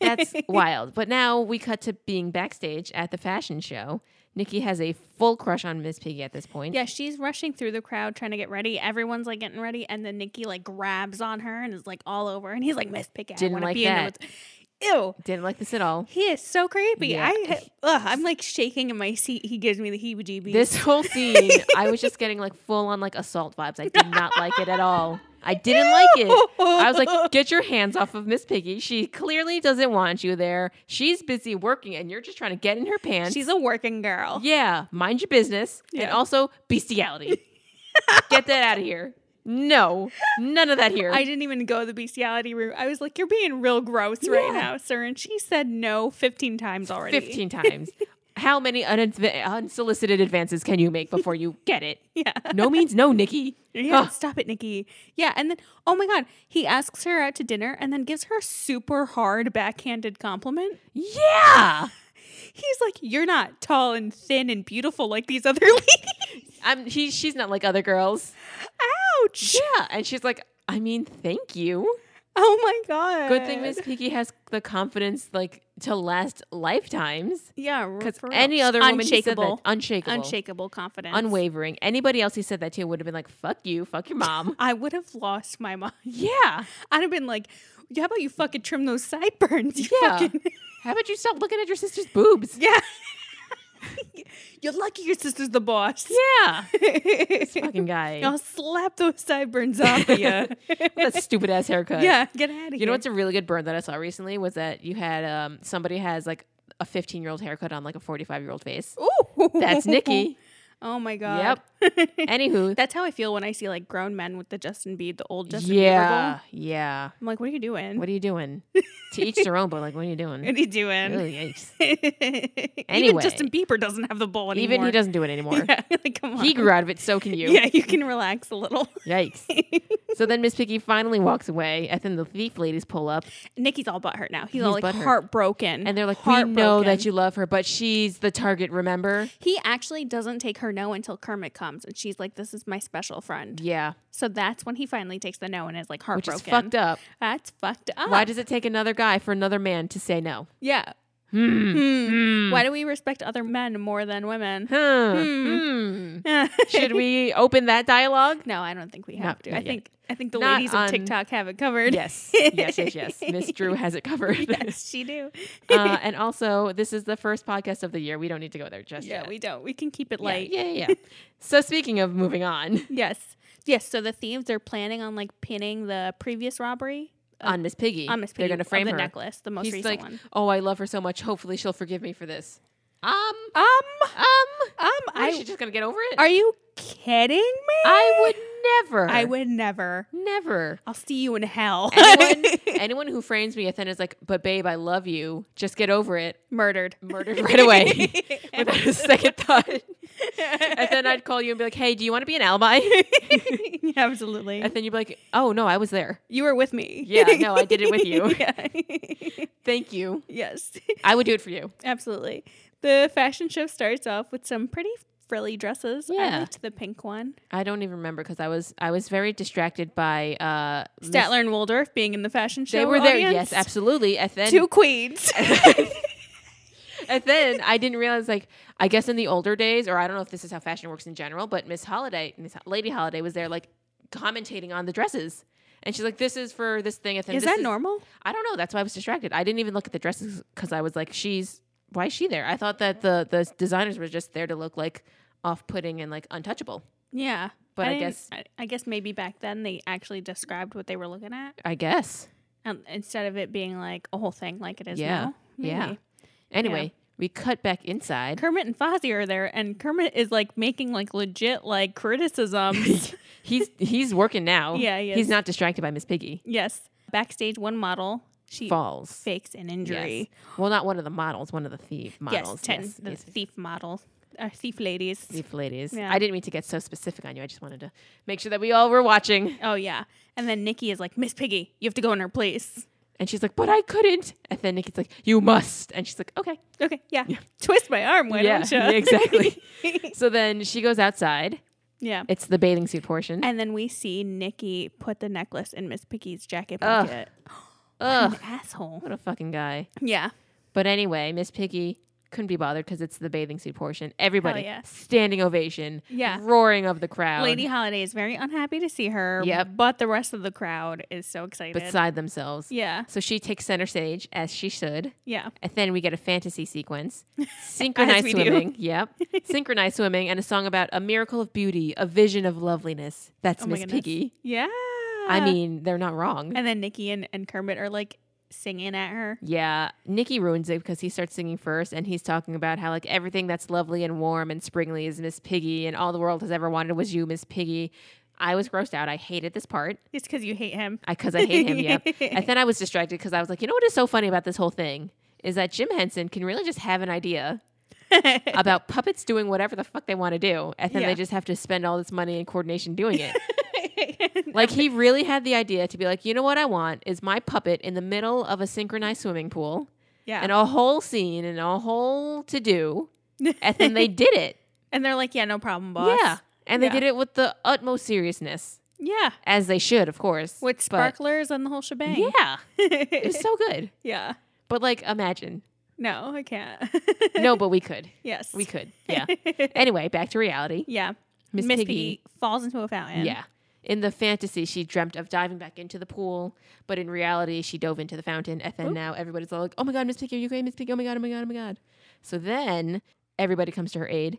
B: That's wild. But now we cut to being backstage at the fashion show. Nikki has a full crush on Miss Piggy at this point.
A: Yeah, she's rushing through the crowd trying to get ready. Everyone's like getting ready, and then Nikki like grabs on her and is like all over, and he's like, "Miss Piggy, I
B: Didn't
A: want to
B: like
A: be in the
B: that.
A: woods." ew.
B: Didn't like this at all.
A: He is so creepy.
B: Yeah.
A: I ugh, I'm like shaking in my seat. He gives me the heebie-jeebies.
B: This whole scene, I was just getting like full on like assault vibes. I did not like it at all. I didn't like it. I was like, get your hands off of Miss Piggy. She clearly doesn't want you there. She's busy working and you're just trying to get in her pants.
A: she's a working girl.
B: yeah, mind your business. And
A: Yeah.
B: also bestiality. get that out of here. No, none of that here.
A: I didn't even go the bestiality route. I was like, you're being real gross right
B: Yeah.
A: now, sir. And she said no 15 times already.
B: 15 times. How many unadv- unsolicited advances can you make before you get it?
A: Yeah.
B: No means no, Nikki.
A: Yeah,
B: Huh.
A: stop it, Nikki. Yeah, and then oh my god, he asks her out to dinner and then gives her a super hard backhanded compliment.
B: Yeah.
A: He's like, "You're not tall and thin and beautiful like these other ladies."
B: I'm, he, she's not like other girls.
A: Ouch!
B: Yeah. And she's like, I mean, thank you.
A: Oh my god.
B: Good thing Miss Piggy has the confidence like to last lifetimes.
A: Yeah, r-
B: Because
A: for real.
B: any other woman he said that-
A: unshakable,
B: unshakable,
A: unshakable confidence,
B: unwavering. Anybody else he said that to would have been like, fuck you, fuck your mom.
A: I would have lost my mind.
B: yeah.
A: I'd have been like, "How about you fucking trim those sideburns? You
B: Yeah.
A: fucking
B: How about you stop looking at your sister's boobs?
A: yeah." You're lucky your sister's the boss.
B: Yeah.
A: Yeah.
B: Fucking guy.
A: I'll slap those sideburns off of you.
B: With that stupid ass haircut.
A: yeah, get out of here.
B: You know what's a really good burn that I saw recently was that you had um, somebody has like a 15 year old haircut on like a 45 year old face.
A: Ooh.
B: That's Nikki.
A: Oh my god. Yep.
B: Anywho.
A: That's how I feel when I see like grown men with the Justin Bieber, the old Justin Bieber.
B: yeah.
A: Bowl.
B: Yeah.
A: I'm like, what are you doing?
B: What are you doing? to each their own, but like, what are you doing?
A: What are you doing?
B: Really, yikes.
A: Even
B: Anyway.
A: Justin Bieber doesn't have the bowl anymore.
B: Even he doesn't do it anymore.
A: Yeah, like, come on.
B: He grew out of it, so can you.
A: Yeah, you can relax a little.
B: Yikes. so then Miss Piggy finally walks away, and then the thief ladies pull up,
A: Nikki's all butthurt now. He's, all
B: He's
A: like
B: butthurt.
A: heartbroken.
B: and they're like, "We know
A: Heartbroken.
B: that you love her, but she's the target. Remember?
A: He actually doesn't take her no until Kermit comes, and she's like, "This is my special friend."
B: Yeah,
A: So that's when he finally takes the no and is like
B: which
A: heartbroken.
B: is fucked up.
A: That's fucked up.
B: Why does it take another guy for another man to say no?
A: yeah?
B: Hmm.
A: Hmm. Why do we respect other men more than women?
B: Huh. Hmm. Should we open that dialogue?
A: no, I don't think we have
B: Not-
A: to.
B: not
A: I
B: yet.
A: think I think the
B: Not
A: ladies
B: on-
A: of TikTok have it covered.
B: Yes. Yes, yes, yes. Miss Drew has it covered.
A: yes, she do.
B: uh, and also, this is the first podcast of the year. We don't need to go there just
A: yeah,
B: yet.
A: we don't. We can keep it
B: Yeah,
A: light.
B: Yeah, yeah, yeah. so speaking of moving
A: Uh,
B: on,
A: Yes. Yes. So the thieves are planning on like pinning the previous robbery
B: on Miss Piggy,
A: on Miss Piggy
B: they're going to
A: of
B: frame
A: the
B: her.
A: necklace, the most
B: He's
A: recent
B: like,
A: one.
B: oh, I love her so much. Hopefully, she'll forgive me for this. Um,
A: Um,
B: um,
A: um,
B: I, she
A: I
B: just going to get over it?
A: are you kidding me?
B: I would never.
A: I would never.
B: never.
A: I'll see you in hell.
B: Anyone, anyone who frames me, then is like, but babe, I love you. Just get over it.
A: Murdered.
B: Murdered right away. without a second thought. And then I'd call you and be like, "Hey, do you want to be an alibi?"
A: Absolutely.
B: And then you'd be like, "Oh no, I was there.
A: You were with me.
B: Yeah, no, I did it with you.
A: Yeah.
B: Thank you.
A: yes,
B: I would do it for you."
A: absolutely. The fashion show starts off with some pretty frilly dresses.
B: Yeah.
A: I liked the pink one.
B: I don't even remember because I was I was very distracted by uh, Miss-
A: Statler and Waldorf being in the fashion show.
B: They were there,
A: audience.
B: yes, absolutely. And then,
A: Two queens.
B: and then I didn't realize, like, I guess in the older days, or I don't know if this is how fashion works in general, but Miss Holiday, Miss Ho- Lady Holiday, was there, like, commentating on the dresses, and she's like, "This is for this thing." And then
A: Is
B: this
A: that normal?
B: I don't know. That's why I was distracted. I didn't even look at the dresses because I was like, she's why is she there? I thought that the the designers were just there to look like off putting and like untouchable.
A: Yeah.
B: But I,
A: didn't-
B: guess
A: I, I guess maybe back then they actually described what they were looking at
B: I guess.
A: um, instead of it being like a whole thing like it is
B: Yeah.
A: now.
B: Yeah.
A: Maybe.
B: Anyway, we cut back inside.
A: Kermit and Fozzie are there, and Kermit is like making like legit like criticisms.
B: He's he's working now.
A: Yeah, he
B: He's
A: is.
B: not distracted by Miss Piggy.
A: yes. Backstage, one model she
B: Falls.
A: fakes an injury.
B: Yes. Well, not one of the models, one of the thief
A: Yes,
B: models.
A: ten
B: yes,
A: the
B: yes.
A: thief model, uh, thief ladies.
B: Thief ladies.
A: Yeah.
B: I didn't mean to get so specific on you. I just wanted to make sure that we all were watching.
A: Oh yeah, and then Nikki is like Miss Piggy, you have to go in her place.
B: And she's like, "But I couldn't." And then Nikki's like, "You must." And she's like, "Okay."
A: Okay, yeah, twist my arm, why
B: yeah,
A: don't you?
B: yeah, exactly. so then she goes outside.
A: yeah.
B: It's the bathing suit portion.
A: And then we see Nikki put the necklace in Miss Piggy's jacket
B: Ugh.
A: pocket.
B: Ugh,
A: An asshole.
B: what a fucking guy.
A: Yeah.
B: But anyway, Miss Piggy couldn't be bothered because it's the bathing suit portion. Everybody
A: yeah.
B: standing ovation,
A: Yeah.
B: roaring of the crowd,
A: Lady Holiday is very unhappy to see her.
B: Yep.
A: But the rest of the crowd is so excited.
B: beside themselves.
A: yeah.
B: So she takes center stage as she should.
A: Yeah.
B: And then we get a fantasy sequence, synchronized
A: we do.
B: swimming. Yep, synchronized swimming, and a song about a miracle of beauty, a vision of loveliness. That's
A: Oh my
B: Miss
A: goodness. Uh,
B: Piggy.
A: Yeah.
B: I mean, they're not wrong.
A: and then Nikki and, and Kermit are like singing at her.
B: Yeah, Nikki ruins it because he starts singing first, and he's talking about how like everything that's lovely and warm and springly is Miss Piggy, and all the world has ever wanted was you, Miss Piggy. I was grossed out. I hated this part
A: It's because you hate him.
B: because I hate him. Yep. And then I was distracted because I was like, you know what is so funny about this whole thing is that Jim Henson can really just have an idea about puppets doing whatever the fuck they want to do, and then
A: Yeah.
B: they just have to spend all this money and coordination doing it. Like he really had the idea to be like, you know what I want is my puppet in the middle of a synchronized swimming pool
A: yeah.
B: and a whole scene and a whole to do. And then they did it.
A: And they're like, yeah, no problem, boss.
B: Yeah. And they
A: Yeah.
B: did it with the utmost seriousness,
A: Yeah.
B: as they should, of course.
A: With
B: But-
A: sparklers and the whole shebang.
B: Yeah. It
A: Yeah.
B: was so good.
A: yeah.
B: But like, imagine.
A: No, I can't.
B: No, but we could.
A: Yes.
B: We could. Yeah. Anyway, back to reality.
A: yeah.
B: Miss
A: Miss
B: Piggy.
A: Piggy falls into a fountain.
B: Yeah. In the fantasy, she dreamt of diving back into the pool, but in reality, she dove into the fountain. And then
A: Oop.
B: now everybody's all like, oh my God, Miss Piggy, are you okay, Miss Piggy? Oh my God, oh my God, oh my God. So then everybody comes to her aid.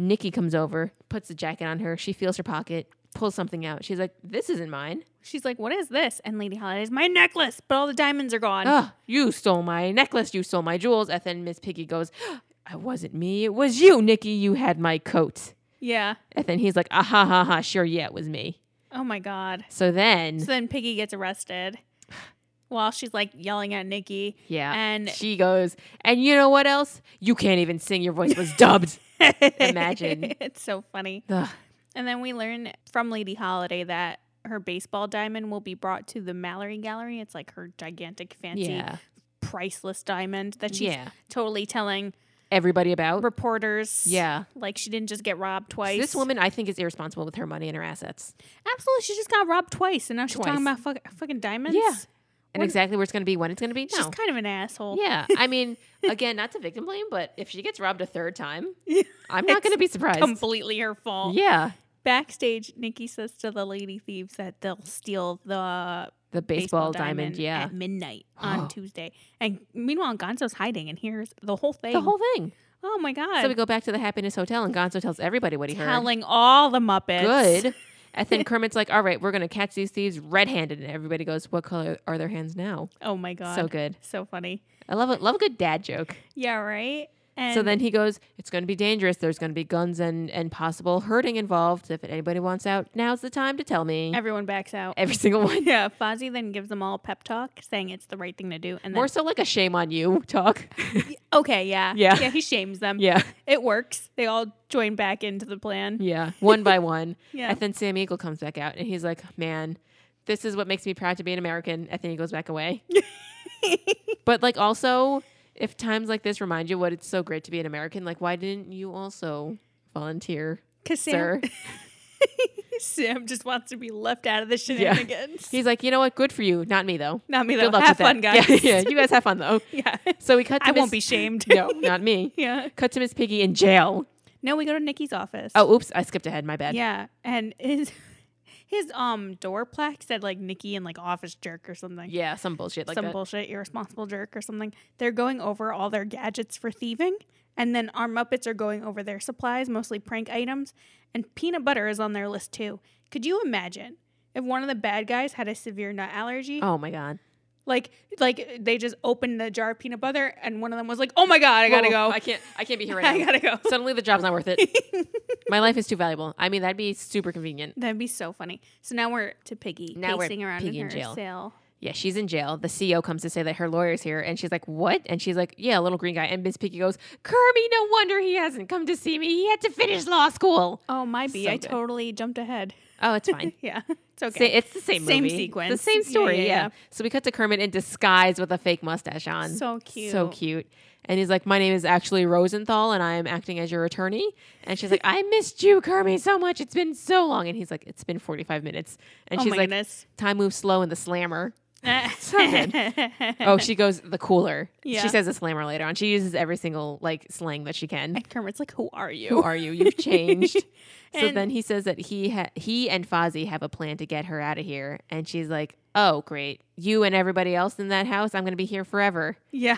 B: Nikki comes over, puts the jacket on her. She feels her pocket, pulls something out. She's like, this isn't mine.
A: She's like, what is this? And Lady Holiday's, my necklace, but all the diamonds are gone.
B: Ugh, "Ah, you stole my necklace. You stole my jewels. And then Miss Piggy goes, I wasn't me. It was you, Nikki. You had my coat.
A: Yeah.
B: And then he's like, ah ha ha ha, sure, yeah, it was me.
A: Oh my God.
B: So then,
A: So then Piggy gets arrested while she's like yelling at Nikki.
B: yeah.
A: And
B: She goes, and you know what else? You can't even sing. Your voice was dubbed. Imagine.
A: it's so funny.
B: Ugh.
A: And then we learn from Lady Holiday that her baseball diamond will be brought to the Mallory Gallery. It's like her gigantic, fancy,
B: Yeah.
A: priceless diamond that she's
B: Yeah.
A: totally telling
B: Everybody about.
A: reporters.
B: Yeah.
A: Like she didn't just get robbed twice.
B: This woman, I think, is irresponsible with her money and her assets.
A: Absolutely. She just got robbed twice. And now she's
B: Twice.
A: talking about fuck, fucking diamonds.
B: Yeah. And
A: What-
B: exactly where it's going to be, when it's going to be,
A: She's
B: no.
A: kind of an asshole.
B: Yeah. I mean, again, not to victim blame, but if she gets robbed a third time,
A: Yeah.
B: I'm not
A: It's
B: going to be surprised.
A: Completely her fault.
B: yeah.
A: Backstage, Nikki says to the lady thieves that they'll steal the
B: The baseball, diamond, yeah.
A: at midnight on Tuesday. And meanwhile, Gonzo's hiding and hears the whole thing.
B: The whole thing.
A: oh my god!
B: So we go back to the Happiness Hotel, and Gonzo tells everybody what he heard.
A: telling all the Muppets.
B: Good. And then Kermit's like, all right, we're going to catch these thieves red handed. And everybody goes, what color are their hands now?
A: Oh my god!
B: So good.
A: So funny.
B: I love it. Love a good dad joke.
A: Yeah. Right. And
B: so then he goes, "It's going to be dangerous. There's going to be guns and and possible hurting involved. If anybody wants out, now's the time to tell me." Every,
A: everyone backs out.
B: single one.
A: yeah. Fozzie then gives them all a pep talk, saying it's the right thing to do. And then,
B: More so like a shame on you talk.
A: okay, yeah,
B: Yeah.
A: yeah. He shames them.
B: yeah,
A: It works. They all join back into the plan.
B: yeah. One by one.
A: Yeah.
B: And then Sam Eagle comes back out, and he's like, "Man, this is what makes me proud to be an American." And then he goes back away. but like also, if times like this remind you what it's so great to be an American, like why didn't you also volunteer,
A: Cause Sam,
B: sir?
A: Sam just wants to be left out of the shenanigans.
B: He's like, you know what? Good for you, not me though.
A: Not me though.
B: Good luck
A: Have
B: with
A: fun,
B: that.
A: guys.
B: Yeah, yeah, you guys have fun though.
A: Yeah.
B: So we cut. To
A: I
B: Miss-
A: won't be shamed.
B: No, not me.
A: yeah.
B: Cut to Miss Piggy in jail.
A: No, we go to Nikki's office.
B: Oh, oops, I skipped ahead. My bad.
A: Yeah. And his his um door plaque said like Nikki and like office jerk or something.
B: Yeah, some bullshit like
A: Some
B: that.
A: bullshit irresponsible jerk or something. They're going over all their gadgets for thieving. And then our Muppets are going over their supplies, mostly prank items. And peanut butter is on their list too. Could you imagine if one of the bad guys had a severe nut allergy?
B: oh my god.
A: Like like they just opened the jar of peanut butter and one of them was like, Oh my god, I gotta
B: Whoa, whoa,
A: go.
B: I can't. I can't be here right
A: I
B: now.
A: gotta go.
B: Suddenly, the job's not worth it. my life is too valuable. I mean, that'd be super convenient.
A: That'd be so funny. So now we're to Piggy
B: Now we're
A: pacing around
B: Piggy in
A: in her
B: jail.
A: cell.
B: Yeah, she's in jail. The CEO comes to say that her lawyer's here, and she's like, "What?" And she's like, "Yeah, little green guy." And Miss Piggy goes, "Kermy, no wonder he hasn't come to see me. He had to finish law school."
A: Oh, might be.
B: So
A: I
B: good.
A: totally jumped ahead.
B: Oh, it's fine.
A: Yeah, it's okay.
B: Sa- it's the same
A: Same
B: movie. It's
A: sequence.
B: the same
A: Yeah,
B: story. Yeah,
A: yeah, yeah.
B: So we cut to Kermit in disguise with a fake mustache on.
A: So cute.
B: So cute. And he's like, "My name is actually Rosenthal, and I am acting as your attorney." And she's like, "I missed you, Kermit, so much. It's been so long." And he's like, "It's been forty-five minutes." And
A: oh
B: she's
A: my
B: like,
A: goodness.
B: "Time moves slow in the slammer." So good. Oh, she goes the cooler.
A: Yeah.
B: She says a slammer later on. She uses every single like slang that she can.
A: and Kermit's like, "Who are you?"
B: Who are you? You've changed. so
A: And-
B: then he says that he ha- he and Fozzie have a plan to get her out of here, and she's like, "Oh, great! You and everybody else in that house, I'm going to be here forever,
A: yeah,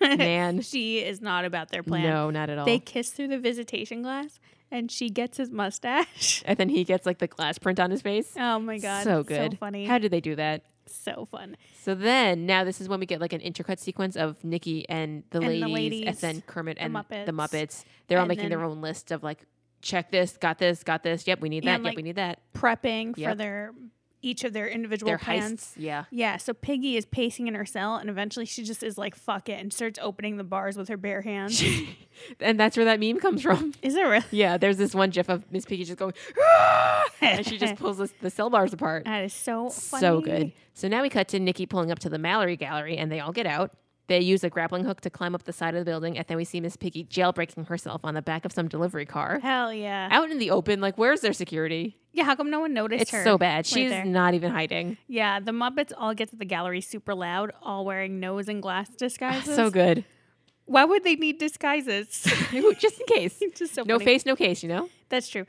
B: man."
A: she is not about their plan.
B: no, not at all.
A: They kiss through the visitation glass, and she gets his mustache.
B: and then he gets like the glass print on his face.
A: Oh my god,
B: so good.
A: so funny,
B: How did they do that?
A: so fun.
B: So then, now this is when we get like an intercut sequence of Nikki and the,
A: And the
B: ladies, and
A: ladies,
B: then Kermit
A: the
B: and the
A: Muppets.
B: Muppets. They're all
A: And
B: making their own list of like, check this, got this, got this. Yep, we need that.
A: And,
B: yep,
A: like,
B: we need that.
A: Prepping for
B: Yep.
A: their each of their individual
B: Their
A: plans.
B: heists. Yeah.
A: Yeah, so Piggy is pacing in her cell, and eventually she just is like, "Fuck it," and starts opening the bars with her bare hands.
B: and that's where that meme comes from.
A: is it really?
B: Yeah, there's this one gif of Miss Piggy just going, "Ah!" and she just pulls this, the cell bars apart.
A: That is so funny.
B: So good. So now we cut to Nikki pulling up to the Mallory Gallery, and they all get out. They use a grappling hook to climb up the side of the building, and then we see Miss Piggy jailbreaking herself on the back of some delivery car.
A: Hell yeah.
B: Out in the open, like where's their security?
A: Yeah, how come no one noticed
B: It's
A: her?
B: so bad.
A: right
B: She's
A: there.
B: not even hiding.
A: Yeah, the Muppets all get to the gallery super loud, all wearing nose and glass disguises.
B: So good.
A: Why would they need disguises?
B: Just in case.
A: It's just so
B: No
A: funny.
B: face, no case, you know?
A: That's true.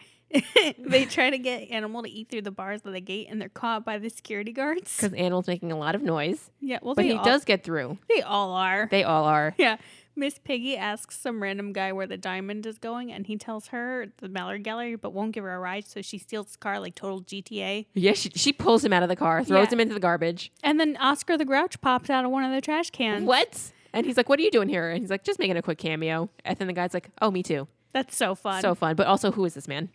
A: they try to get Animal to eat through the bars of the gate, and they're caught by the security guards.
B: Because Animal's making a lot of noise.
A: Yeah, well,
B: But
A: they
B: he
A: all,
B: does get through.
A: They all are.
B: They all are.
A: yeah. Miss Piggy asks some random guy where the diamond is going, and he tells her the Mallard Gallery, but won't give her a ride, so she steals his car like total GTA.
B: Yeah, she, she pulls him out of the car, throws
A: Yeah.
B: him into the garbage.
A: And then Oscar the Grouch pops out of one of the trash cans.
B: What? And he's like, What are you doing here? And he's like, Just making a quick cameo. And then the guy's like, Oh, me too.
A: That's so fun.
B: So fun. But also, who is this man?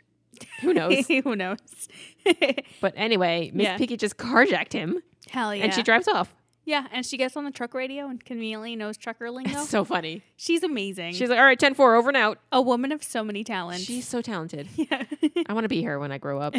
B: Who knows?
A: Who knows?
B: but anyway, Miss
A: Yeah.
B: Piggy just carjacked him
A: Hell yeah.
B: and she drives off.
A: yeah, and she gets on the truck radio and conveniently knows trucker lingo.
B: It's so funny.
A: She's amazing.
B: She's like, All right, 10 4, over and out.
A: a woman of so many talents.
B: She's so talented.
A: yeah.
B: I want to be her when I grow up.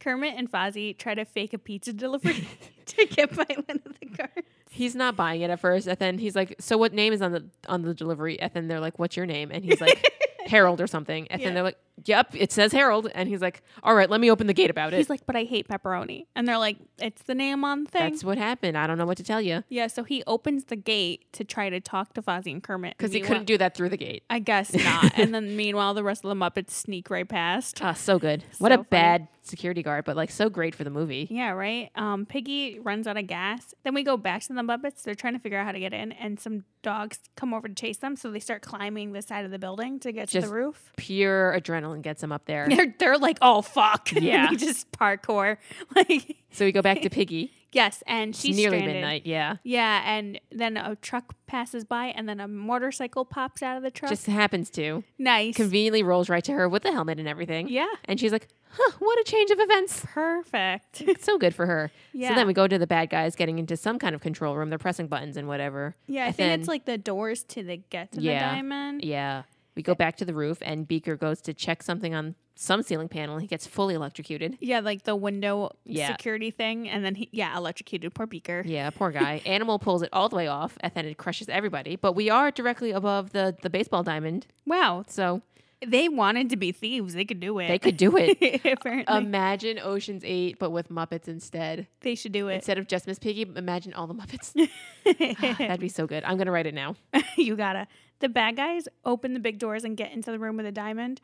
A: Kermit and Fozzie try to fake a pizza delivery to get by one of the cars.
B: He's not buying it at first, and then he's like, "So what name is on the on the delivery?" And then they're like, "What's your name?" And he's like, "Harold or something." And
A: Yeah.
B: then they're like, "Yep, it says Harold." And he's like, "All right, let me open the gate about it."
A: He's like, but I hate pepperoni. And they're like, it's the name on the thing.
B: That's what happened. I don't know what to tell you
A: yeah, so he opens the gate to try to talk to Fozzie and Kermit.
B: because he
A: Meanwhile-
B: couldn't do that through the gate.
A: I guess not. and then meanwhile, the rest of the Muppets sneak right past.
B: Ah, so good. What a
A: So funny.
B: bad security guard, but like so great for the movie.
A: Yeah, right. Um, Piggy runs out of gas. Then we go back to the Muppets. They're trying to figure out how to get in, and some dogs come over to chase them. So they start climbing the side of the building to get to
B: Just-
A: the roof.
B: Pure adrenaline gets him up there.
A: They're they're like, oh fuck, And
B: Yeah.
A: they just parkour. Like
B: so we go back to Piggy.
A: yes, and she's
B: it's nearly
A: stranded.
B: midnight. Yeah,
A: Yeah, and then a truck passes by, and then a motorcycle pops out of the truck.
B: just happens to
A: nice.
B: conveniently rolls right to her with the helmet and everything.
A: yeah,
B: and she's like, "Huh, what a change of events."
A: perfect.
B: so good for her. So
A: Yeah.
B: then we go to the bad guys getting into some kind of control room. They're pressing buttons and whatever.
A: Yeah, I
B: And
A: think
B: then-
A: it's like the doors to the get to
B: Yeah.
A: the diamond.
B: Yeah. We
A: eh
B: go back to the roof and Beaker goes to check something on some ceiling panel. and He gets fully electrocuted.
A: Yeah, like the window
B: Yeah.
A: security thing, and then he, yeah, electrocuted poor Beaker.
B: Yeah, poor guy. Animal pulls it all the way off and then it crushes everybody. But we are directly above the, the baseball diamond.
A: Wow,
B: So
A: they wanted to be thieves. They could do it.
B: they could Um, do it.
A: Apparently,
B: Imagine Ocean's Eight, but with Muppets instead.
A: they should do it.
B: Instead of just Miss Piggy, imagine all the Muppets. Ah, That'd be so good. I'm going to write it now.
A: you gotta. The bad guys open the big doors and get into the room with a diamond.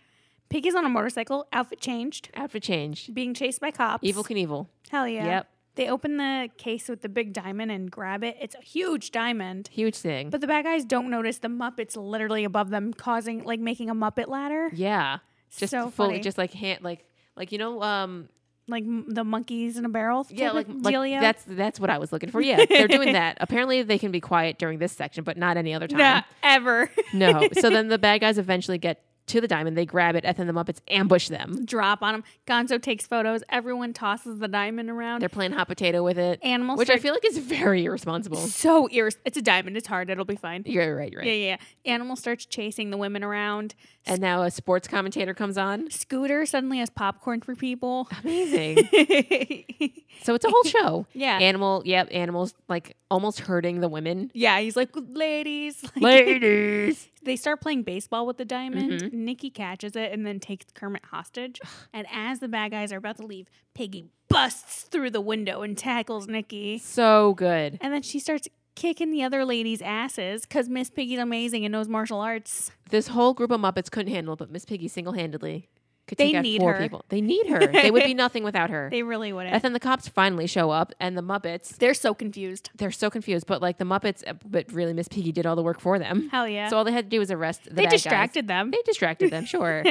A: Piggy's on a motorcycle, outfit changed,
B: Out for change.
A: being chased by cops.
B: Evil Knievel.
A: Hell yeah.
B: Yep.
A: They open the case with the big diamond and grab it. It's a huge diamond.
B: Huge thing.
A: But the bad guys don't notice the Muppets literally above them, causing like making a Muppet ladder,
B: Yeah. Just
A: So
B: fully
A: funny.
B: just like hand like like you know um
A: like m- the monkeys in a barrel.
B: yeah
A: type
B: like,
A: of
B: like
A: dealio.
B: that's that's what I was looking for. Yeah, they're doing that. Apparently they can be quiet during this section but not any other
A: nah,
B: time.
A: ever
B: No. So then the bad guys eventually get to the diamond, they grab it and then the Muppets ambush them.
A: drop on them. Gonzo takes photos. Everyone tosses the diamond around.
B: They're playing hot potato with it.
A: Animals
B: which I
A: start-
B: feel like is very irresponsible.
A: so ears. It's a diamond. It's hard. It'll be fine.
B: You're right, you're right.
A: Yeah, yeah. yeah. Animal starts chasing the women around.
B: And now a sports commentator comes on.
A: Scooter suddenly has popcorn for people.
B: Amazing. so it's a whole show.
A: Yeah.
B: Animal, yep, animals like almost hurting the women.
A: yeah, he's like, ladies. Like,
B: Ladies.
A: they start playing baseball with the diamond.
B: Mm-hmm.
A: Nikki catches it and then takes Kermit hostage. and as the bad guys are about to leave, Piggy busts through the window and tackles Nikki.
B: So good.
A: And then she starts kicking the other ladies' asses because Miss Piggy's amazing and knows martial arts.
B: This whole group of Muppets couldn't handle it, but Miss Piggy single handedly could
A: They
B: take out
A: need
B: four
A: her.
B: people. They need her. they would be nothing without her.
A: They really wouldn't.
B: and then the cops finally show up, and the Muppets,
A: They're so confused.
B: they're so confused, but like the Muppets, uh, but really Miss Piggy did all the work for them.
A: Hell yeah.
B: So all they had to do was arrest the
A: they
B: bad guys.
A: distracted them.
B: They distracted them, sure.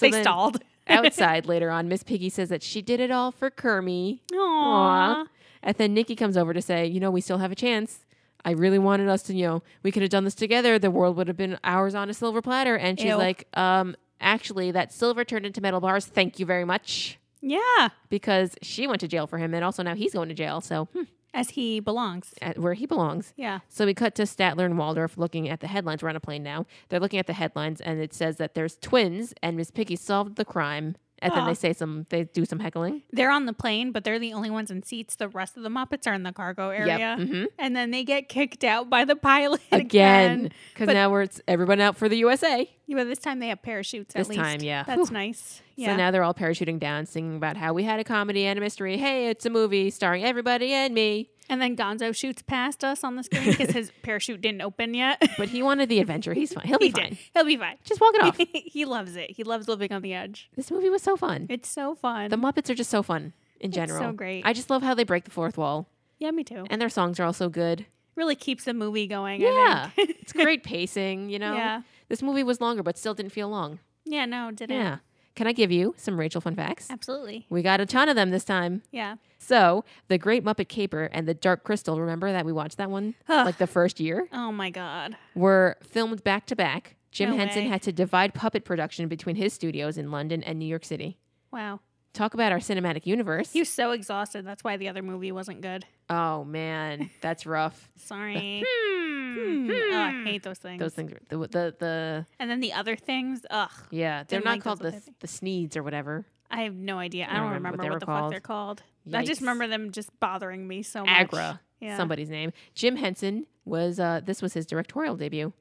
A: they
B: then-
A: stalled.
B: Outside later on, Miss Piggy says that she did it all for Kermie.
A: Aww.
B: Aw. And then Nikki comes over to say, you know, we still have a chance. I really wanted us to, you know, we could have done this together. The world would have been ours on a silver platter. And she's
A: Ew.
B: like, um, actually, that silver turned into metal bars. Thank you very much.
A: Yeah.
B: Because she went to jail for him. And also now he's going to jail. So hmm,
A: As he belongs.
B: at where he belongs.
A: Yeah.
B: So we cut to Statler and Waldorf looking at the headlines. We're on a plane now. They're looking at the headlines, and it says that there's twins, and Miss Piggy solved the crime. And then
A: Aw.
B: they say some, they do some heckling.
A: They're on the plane, but they're the only ones in seats. The rest of the Muppets are in the cargo area.
B: hmm
A: And then they get kicked out by the pilot
B: Again,
A: again.
B: because
A: But-
B: now we're it's everyone out for the USA.
A: Yeah, but this time they have parachutes at
B: This
A: least.
B: time, yeah.
A: That's
B: Whew.
A: nice. Yeah.
B: So now they're all parachuting down, singing about how we had a comedy and a mystery. Hey, it's a movie starring everybody and me.
A: and then Gonzo shoots past us on the screen because his parachute didn't open yet.
B: But he wanted the adventure. He's fine. He'll be
A: he
B: fine.
A: did. He'll be fine.
B: Just walk it off.
A: he loves it. He loves living on the edge.
B: this movie was so fun.
A: It's so fun.
B: The Muppets are just so fun in
A: so
B: general.
A: great.
B: I just love how they break the fourth wall,
A: yeah, me too.
B: and their songs are all so good.
A: Really keeps the movie going.
B: Yeah,
A: I think.
B: it's great pacing. You know,
A: Yeah.
B: this movie was longer, but still didn't feel long.
A: Yeah, no, didn't.
B: Yeah. Can I give you some Rachel fun facts?
A: Absolutely.
B: We got a ton of them this time.
A: Yeah.
B: So, The Great Muppet Caper and The Dark Crystal, remember that we watched that one
A: Ugh.
B: like the first year?
A: Oh my god.
B: were filmed back to back. Jim
A: No
B: Henson
A: way.
B: had to divide puppet production between his studios in London and New York City.
A: Wow.
B: Talk about our cinematic universe.
A: He was so exhausted. That's why the other movie wasn't good.
B: oh man, that's rough.
A: Sorry. Hmm. Oh, I hate those things.
B: Those things, the, the the
A: And then the other things, ugh,
B: yeah, they're
A: Didn't
B: not
A: like
B: called
A: those
B: the
A: other
B: the Sneeds or whatever.
A: I have no idea. I
B: don't
A: don't remember
B: remember what they
A: what,
B: were
A: the fuck they're called. I
B: Yikes.
A: just remember them just bothering me so much.
B: Agra,
A: Yeah.
B: somebody's name. Jim Henson was uh this was his directorial debut.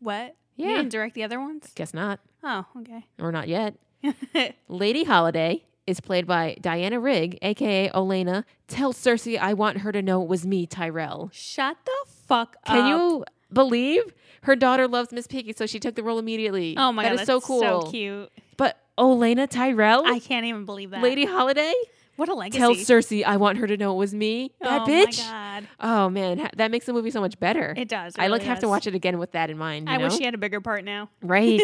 A: What? You
B: Yeah.
A: didn't direct the other ones?
B: Guess not,
A: Oh, okay.
B: or not yet. Lady Holiday is played by Diana Rigg, aka Olena. Tell Cersei I want her to know it was me, Tyrell.
A: Shut the fuck up.
B: Can you believe her daughter loves Miss Piggy, so she took the role immediately?
A: Oh my god,
B: that is
A: that's
B: so cool.
A: So cute.
B: But Olena Tyrell,
A: I can't even believe that.
B: Lady Holiday,
A: what a legacy.
B: tell Cersei I want her to know it was me. That
A: oh
B: bitch.
A: my god,
B: Oh man, ha- that makes the movie so much better.
A: it does. It
B: I like
A: really
B: have to
A: does.
B: watch it again with that in mind. you
A: I wish
B: know?
A: she had a bigger part now.
B: right.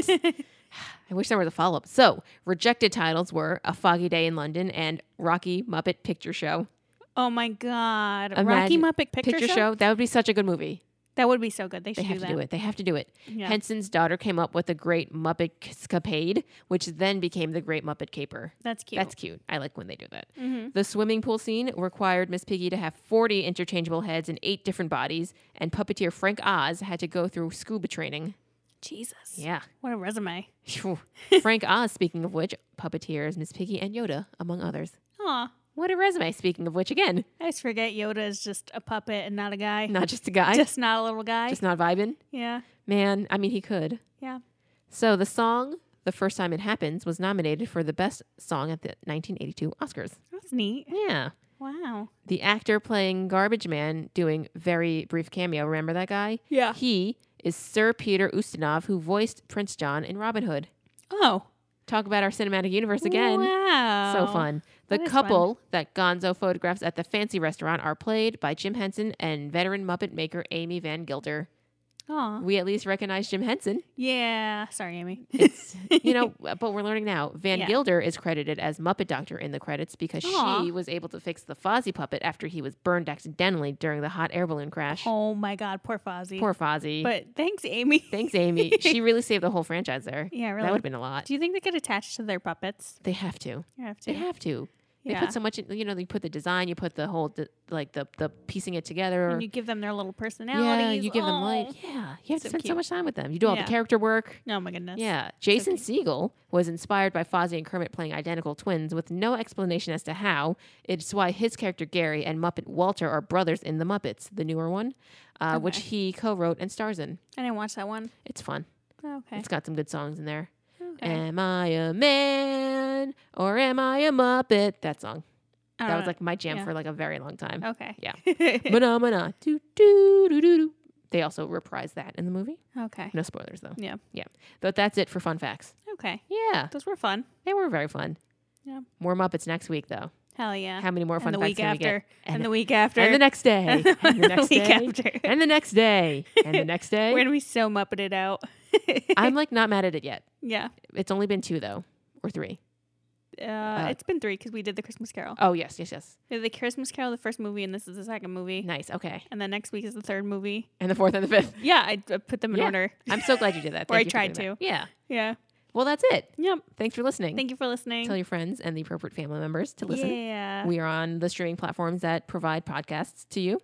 B: I wish there was a follow up. So rejected titles were A Foggy Day in London and Rocky Muppet Picture Show.
A: Oh my god, Rocky
B: Imagine-
A: Muppet picture, show?
B: That would be such a good movie.
A: That would be so good. They should
B: They have
A: do
B: to
A: that.
B: do it. They have to do it.
A: Yeah.
B: Henson's daughter came up with the Great Muppet Escapade, which then became the Great Muppet Caper.
A: That's cute.
B: That's cute. I like when they do that.
A: Mhm.
B: The swimming pool scene required Miss Piggy to have 40 interchangeable heads and eight different bodies, and puppeteer Frank Oz had to go through scuba training.
A: Jesus.
B: Yeah.
A: What a resume.
B: Phew. Frank Oz, speaking of which, puppeteers Miss Piggy and Yoda, among others.
A: Aw.
B: What a resume, speaking of which, again,
A: I just forget Yoda is just a puppet and not a guy.
B: not just a guy, just,
A: Just not a little guy.
B: not vibing.
A: yeah.
B: Man, I mean, he could.
A: Yeah.
B: So the song "The First Time It Happens" was nominated for the best song at the 1982 Oscars.
A: That's neat.
B: Yeah.
A: Wow.
B: The actor playing Garbage Man doing very brief cameo. Remember that guy?
A: Yeah.
B: He is Sir Peter Ustinov, who voiced Prince John in Robin Hood.
A: Oh.
B: Talk about our cinematic universe again.
A: Wow.
B: So fun. The
A: Oh, That is
B: couple that Gonzo photographs at the fancy restaurant are played by Jim Henson and veteran Muppet maker Amy Van Gilder.
A: Aw.
B: We at least recognize Jim Henson.
A: Yeah. Sorry, Amy.
B: It's, you know, but we're learning now. Van
A: Yeah.
B: Gilder is credited as Muppet Doctor in the credits because
A: Aw.
B: she was able to fix the Fozzie puppet after he was burned accidentally during the hot air balloon crash.
A: Oh my God. Poor Fozzie.
B: Poor Fozzie.
A: But thanks, Amy.
B: Thanks, Amy. she really saved the whole franchise there.
A: Yeah,
B: That
A: really.
B: would have been a lot.
A: Do you think they get attached to their puppets?
B: They have to.
A: You have to.
B: They have to. They
A: yeah.
B: put so much, in, you know, you put the design, you put the whole, de- like the the piecing it together.
A: and you give them their little personalities.
B: yeah, you give them
A: Aw.
B: like, yeah, you have
A: So
B: to spend so
A: cute.
B: much time with them. You do all
A: Yeah.
B: the character work.
A: Oh my goodness.
B: Yeah, Jason
A: cute.
B: Siegel was inspired by Fozzie and Kermit playing identical twins with no explanation as to how. It's why his character Gary and Muppet Walter are brothers in The Muppets, the newer one, uh, which he co wrote and stars in.
A: I didn't watch that one. Oh,
B: It's fun.
A: Okay.
B: It's got some good songs in there.
A: Okay.
B: Am I a man or am I a Muppet? That song.
A: I
B: that
A: don't
B: was like my jam
A: yeah.
B: for like a very long time.
A: know. okay.
B: yeah.
A: Yeah.
B: Mana mana doo doo doo doo doo. They also reprise that in the movie.
A: okay.
B: No spoilers though.
A: Yeah.
B: Yeah. But that's it for fun facts.
A: Okay.
B: Yeah.
A: Those were fun.
B: They were very fun.
A: Yeah.
B: More Muppets next week though.
A: Hell yeah.
B: How many more fun
A: and the
B: facts
A: week
B: can we get?
A: after. And,
B: And-
A: the week after.
B: And the next day. and the next
A: week
B: day.
A: after.
B: And the next day. And the next day.
A: We're gonna be so muppeted out.
B: I'm like not mad at it yet.
A: yeah.
B: It's only been two though. Or three.
A: Uh, it's been three because we did the Christmas Carol.
B: Oh yes, yes, yes.
A: We did the Christmas Carol, the first movie, and this is the second movie.
B: Nice. Okay.
A: And then next week is the third movie.
B: And the fourth and the fifth.
A: Yeah, I, I put them in
B: Yeah.
A: order.
B: I'm so glad you did that.
A: Or I
B: Thank you for
A: tried
B: doing
A: to.
B: that. Yeah.
A: Yeah.
B: Well, that's it.
A: Yep.
B: Thanks for listening.
A: Thank you for listening.
B: Tell your friends and the appropriate family members to listen.
A: Yeah.
B: We are on the streaming platforms that provide podcasts to you.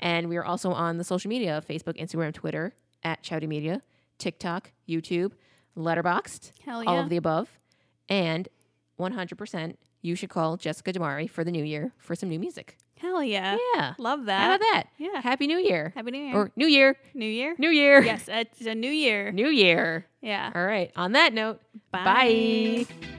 B: And we are also on the social media Facebook, Instagram, Twitter, at Chowdy Media, TikTok, YouTube, Letterboxed,
A: Hell
B: all
A: Oh, yeah.
B: of the above. And 100%, you should call Jessica Damari for the new year for some new music.
A: Hell yeah.
B: yeah.
A: Love
B: How
A: that.
B: about that?
A: Yeah.
B: Happy New Year.
A: Happy New Year.
B: Or New Year.
A: new Year.
B: New Year.
A: yes, it's a new year.
B: New Year.
A: yeah.
B: All right. On that note,
A: Bye.
B: bye.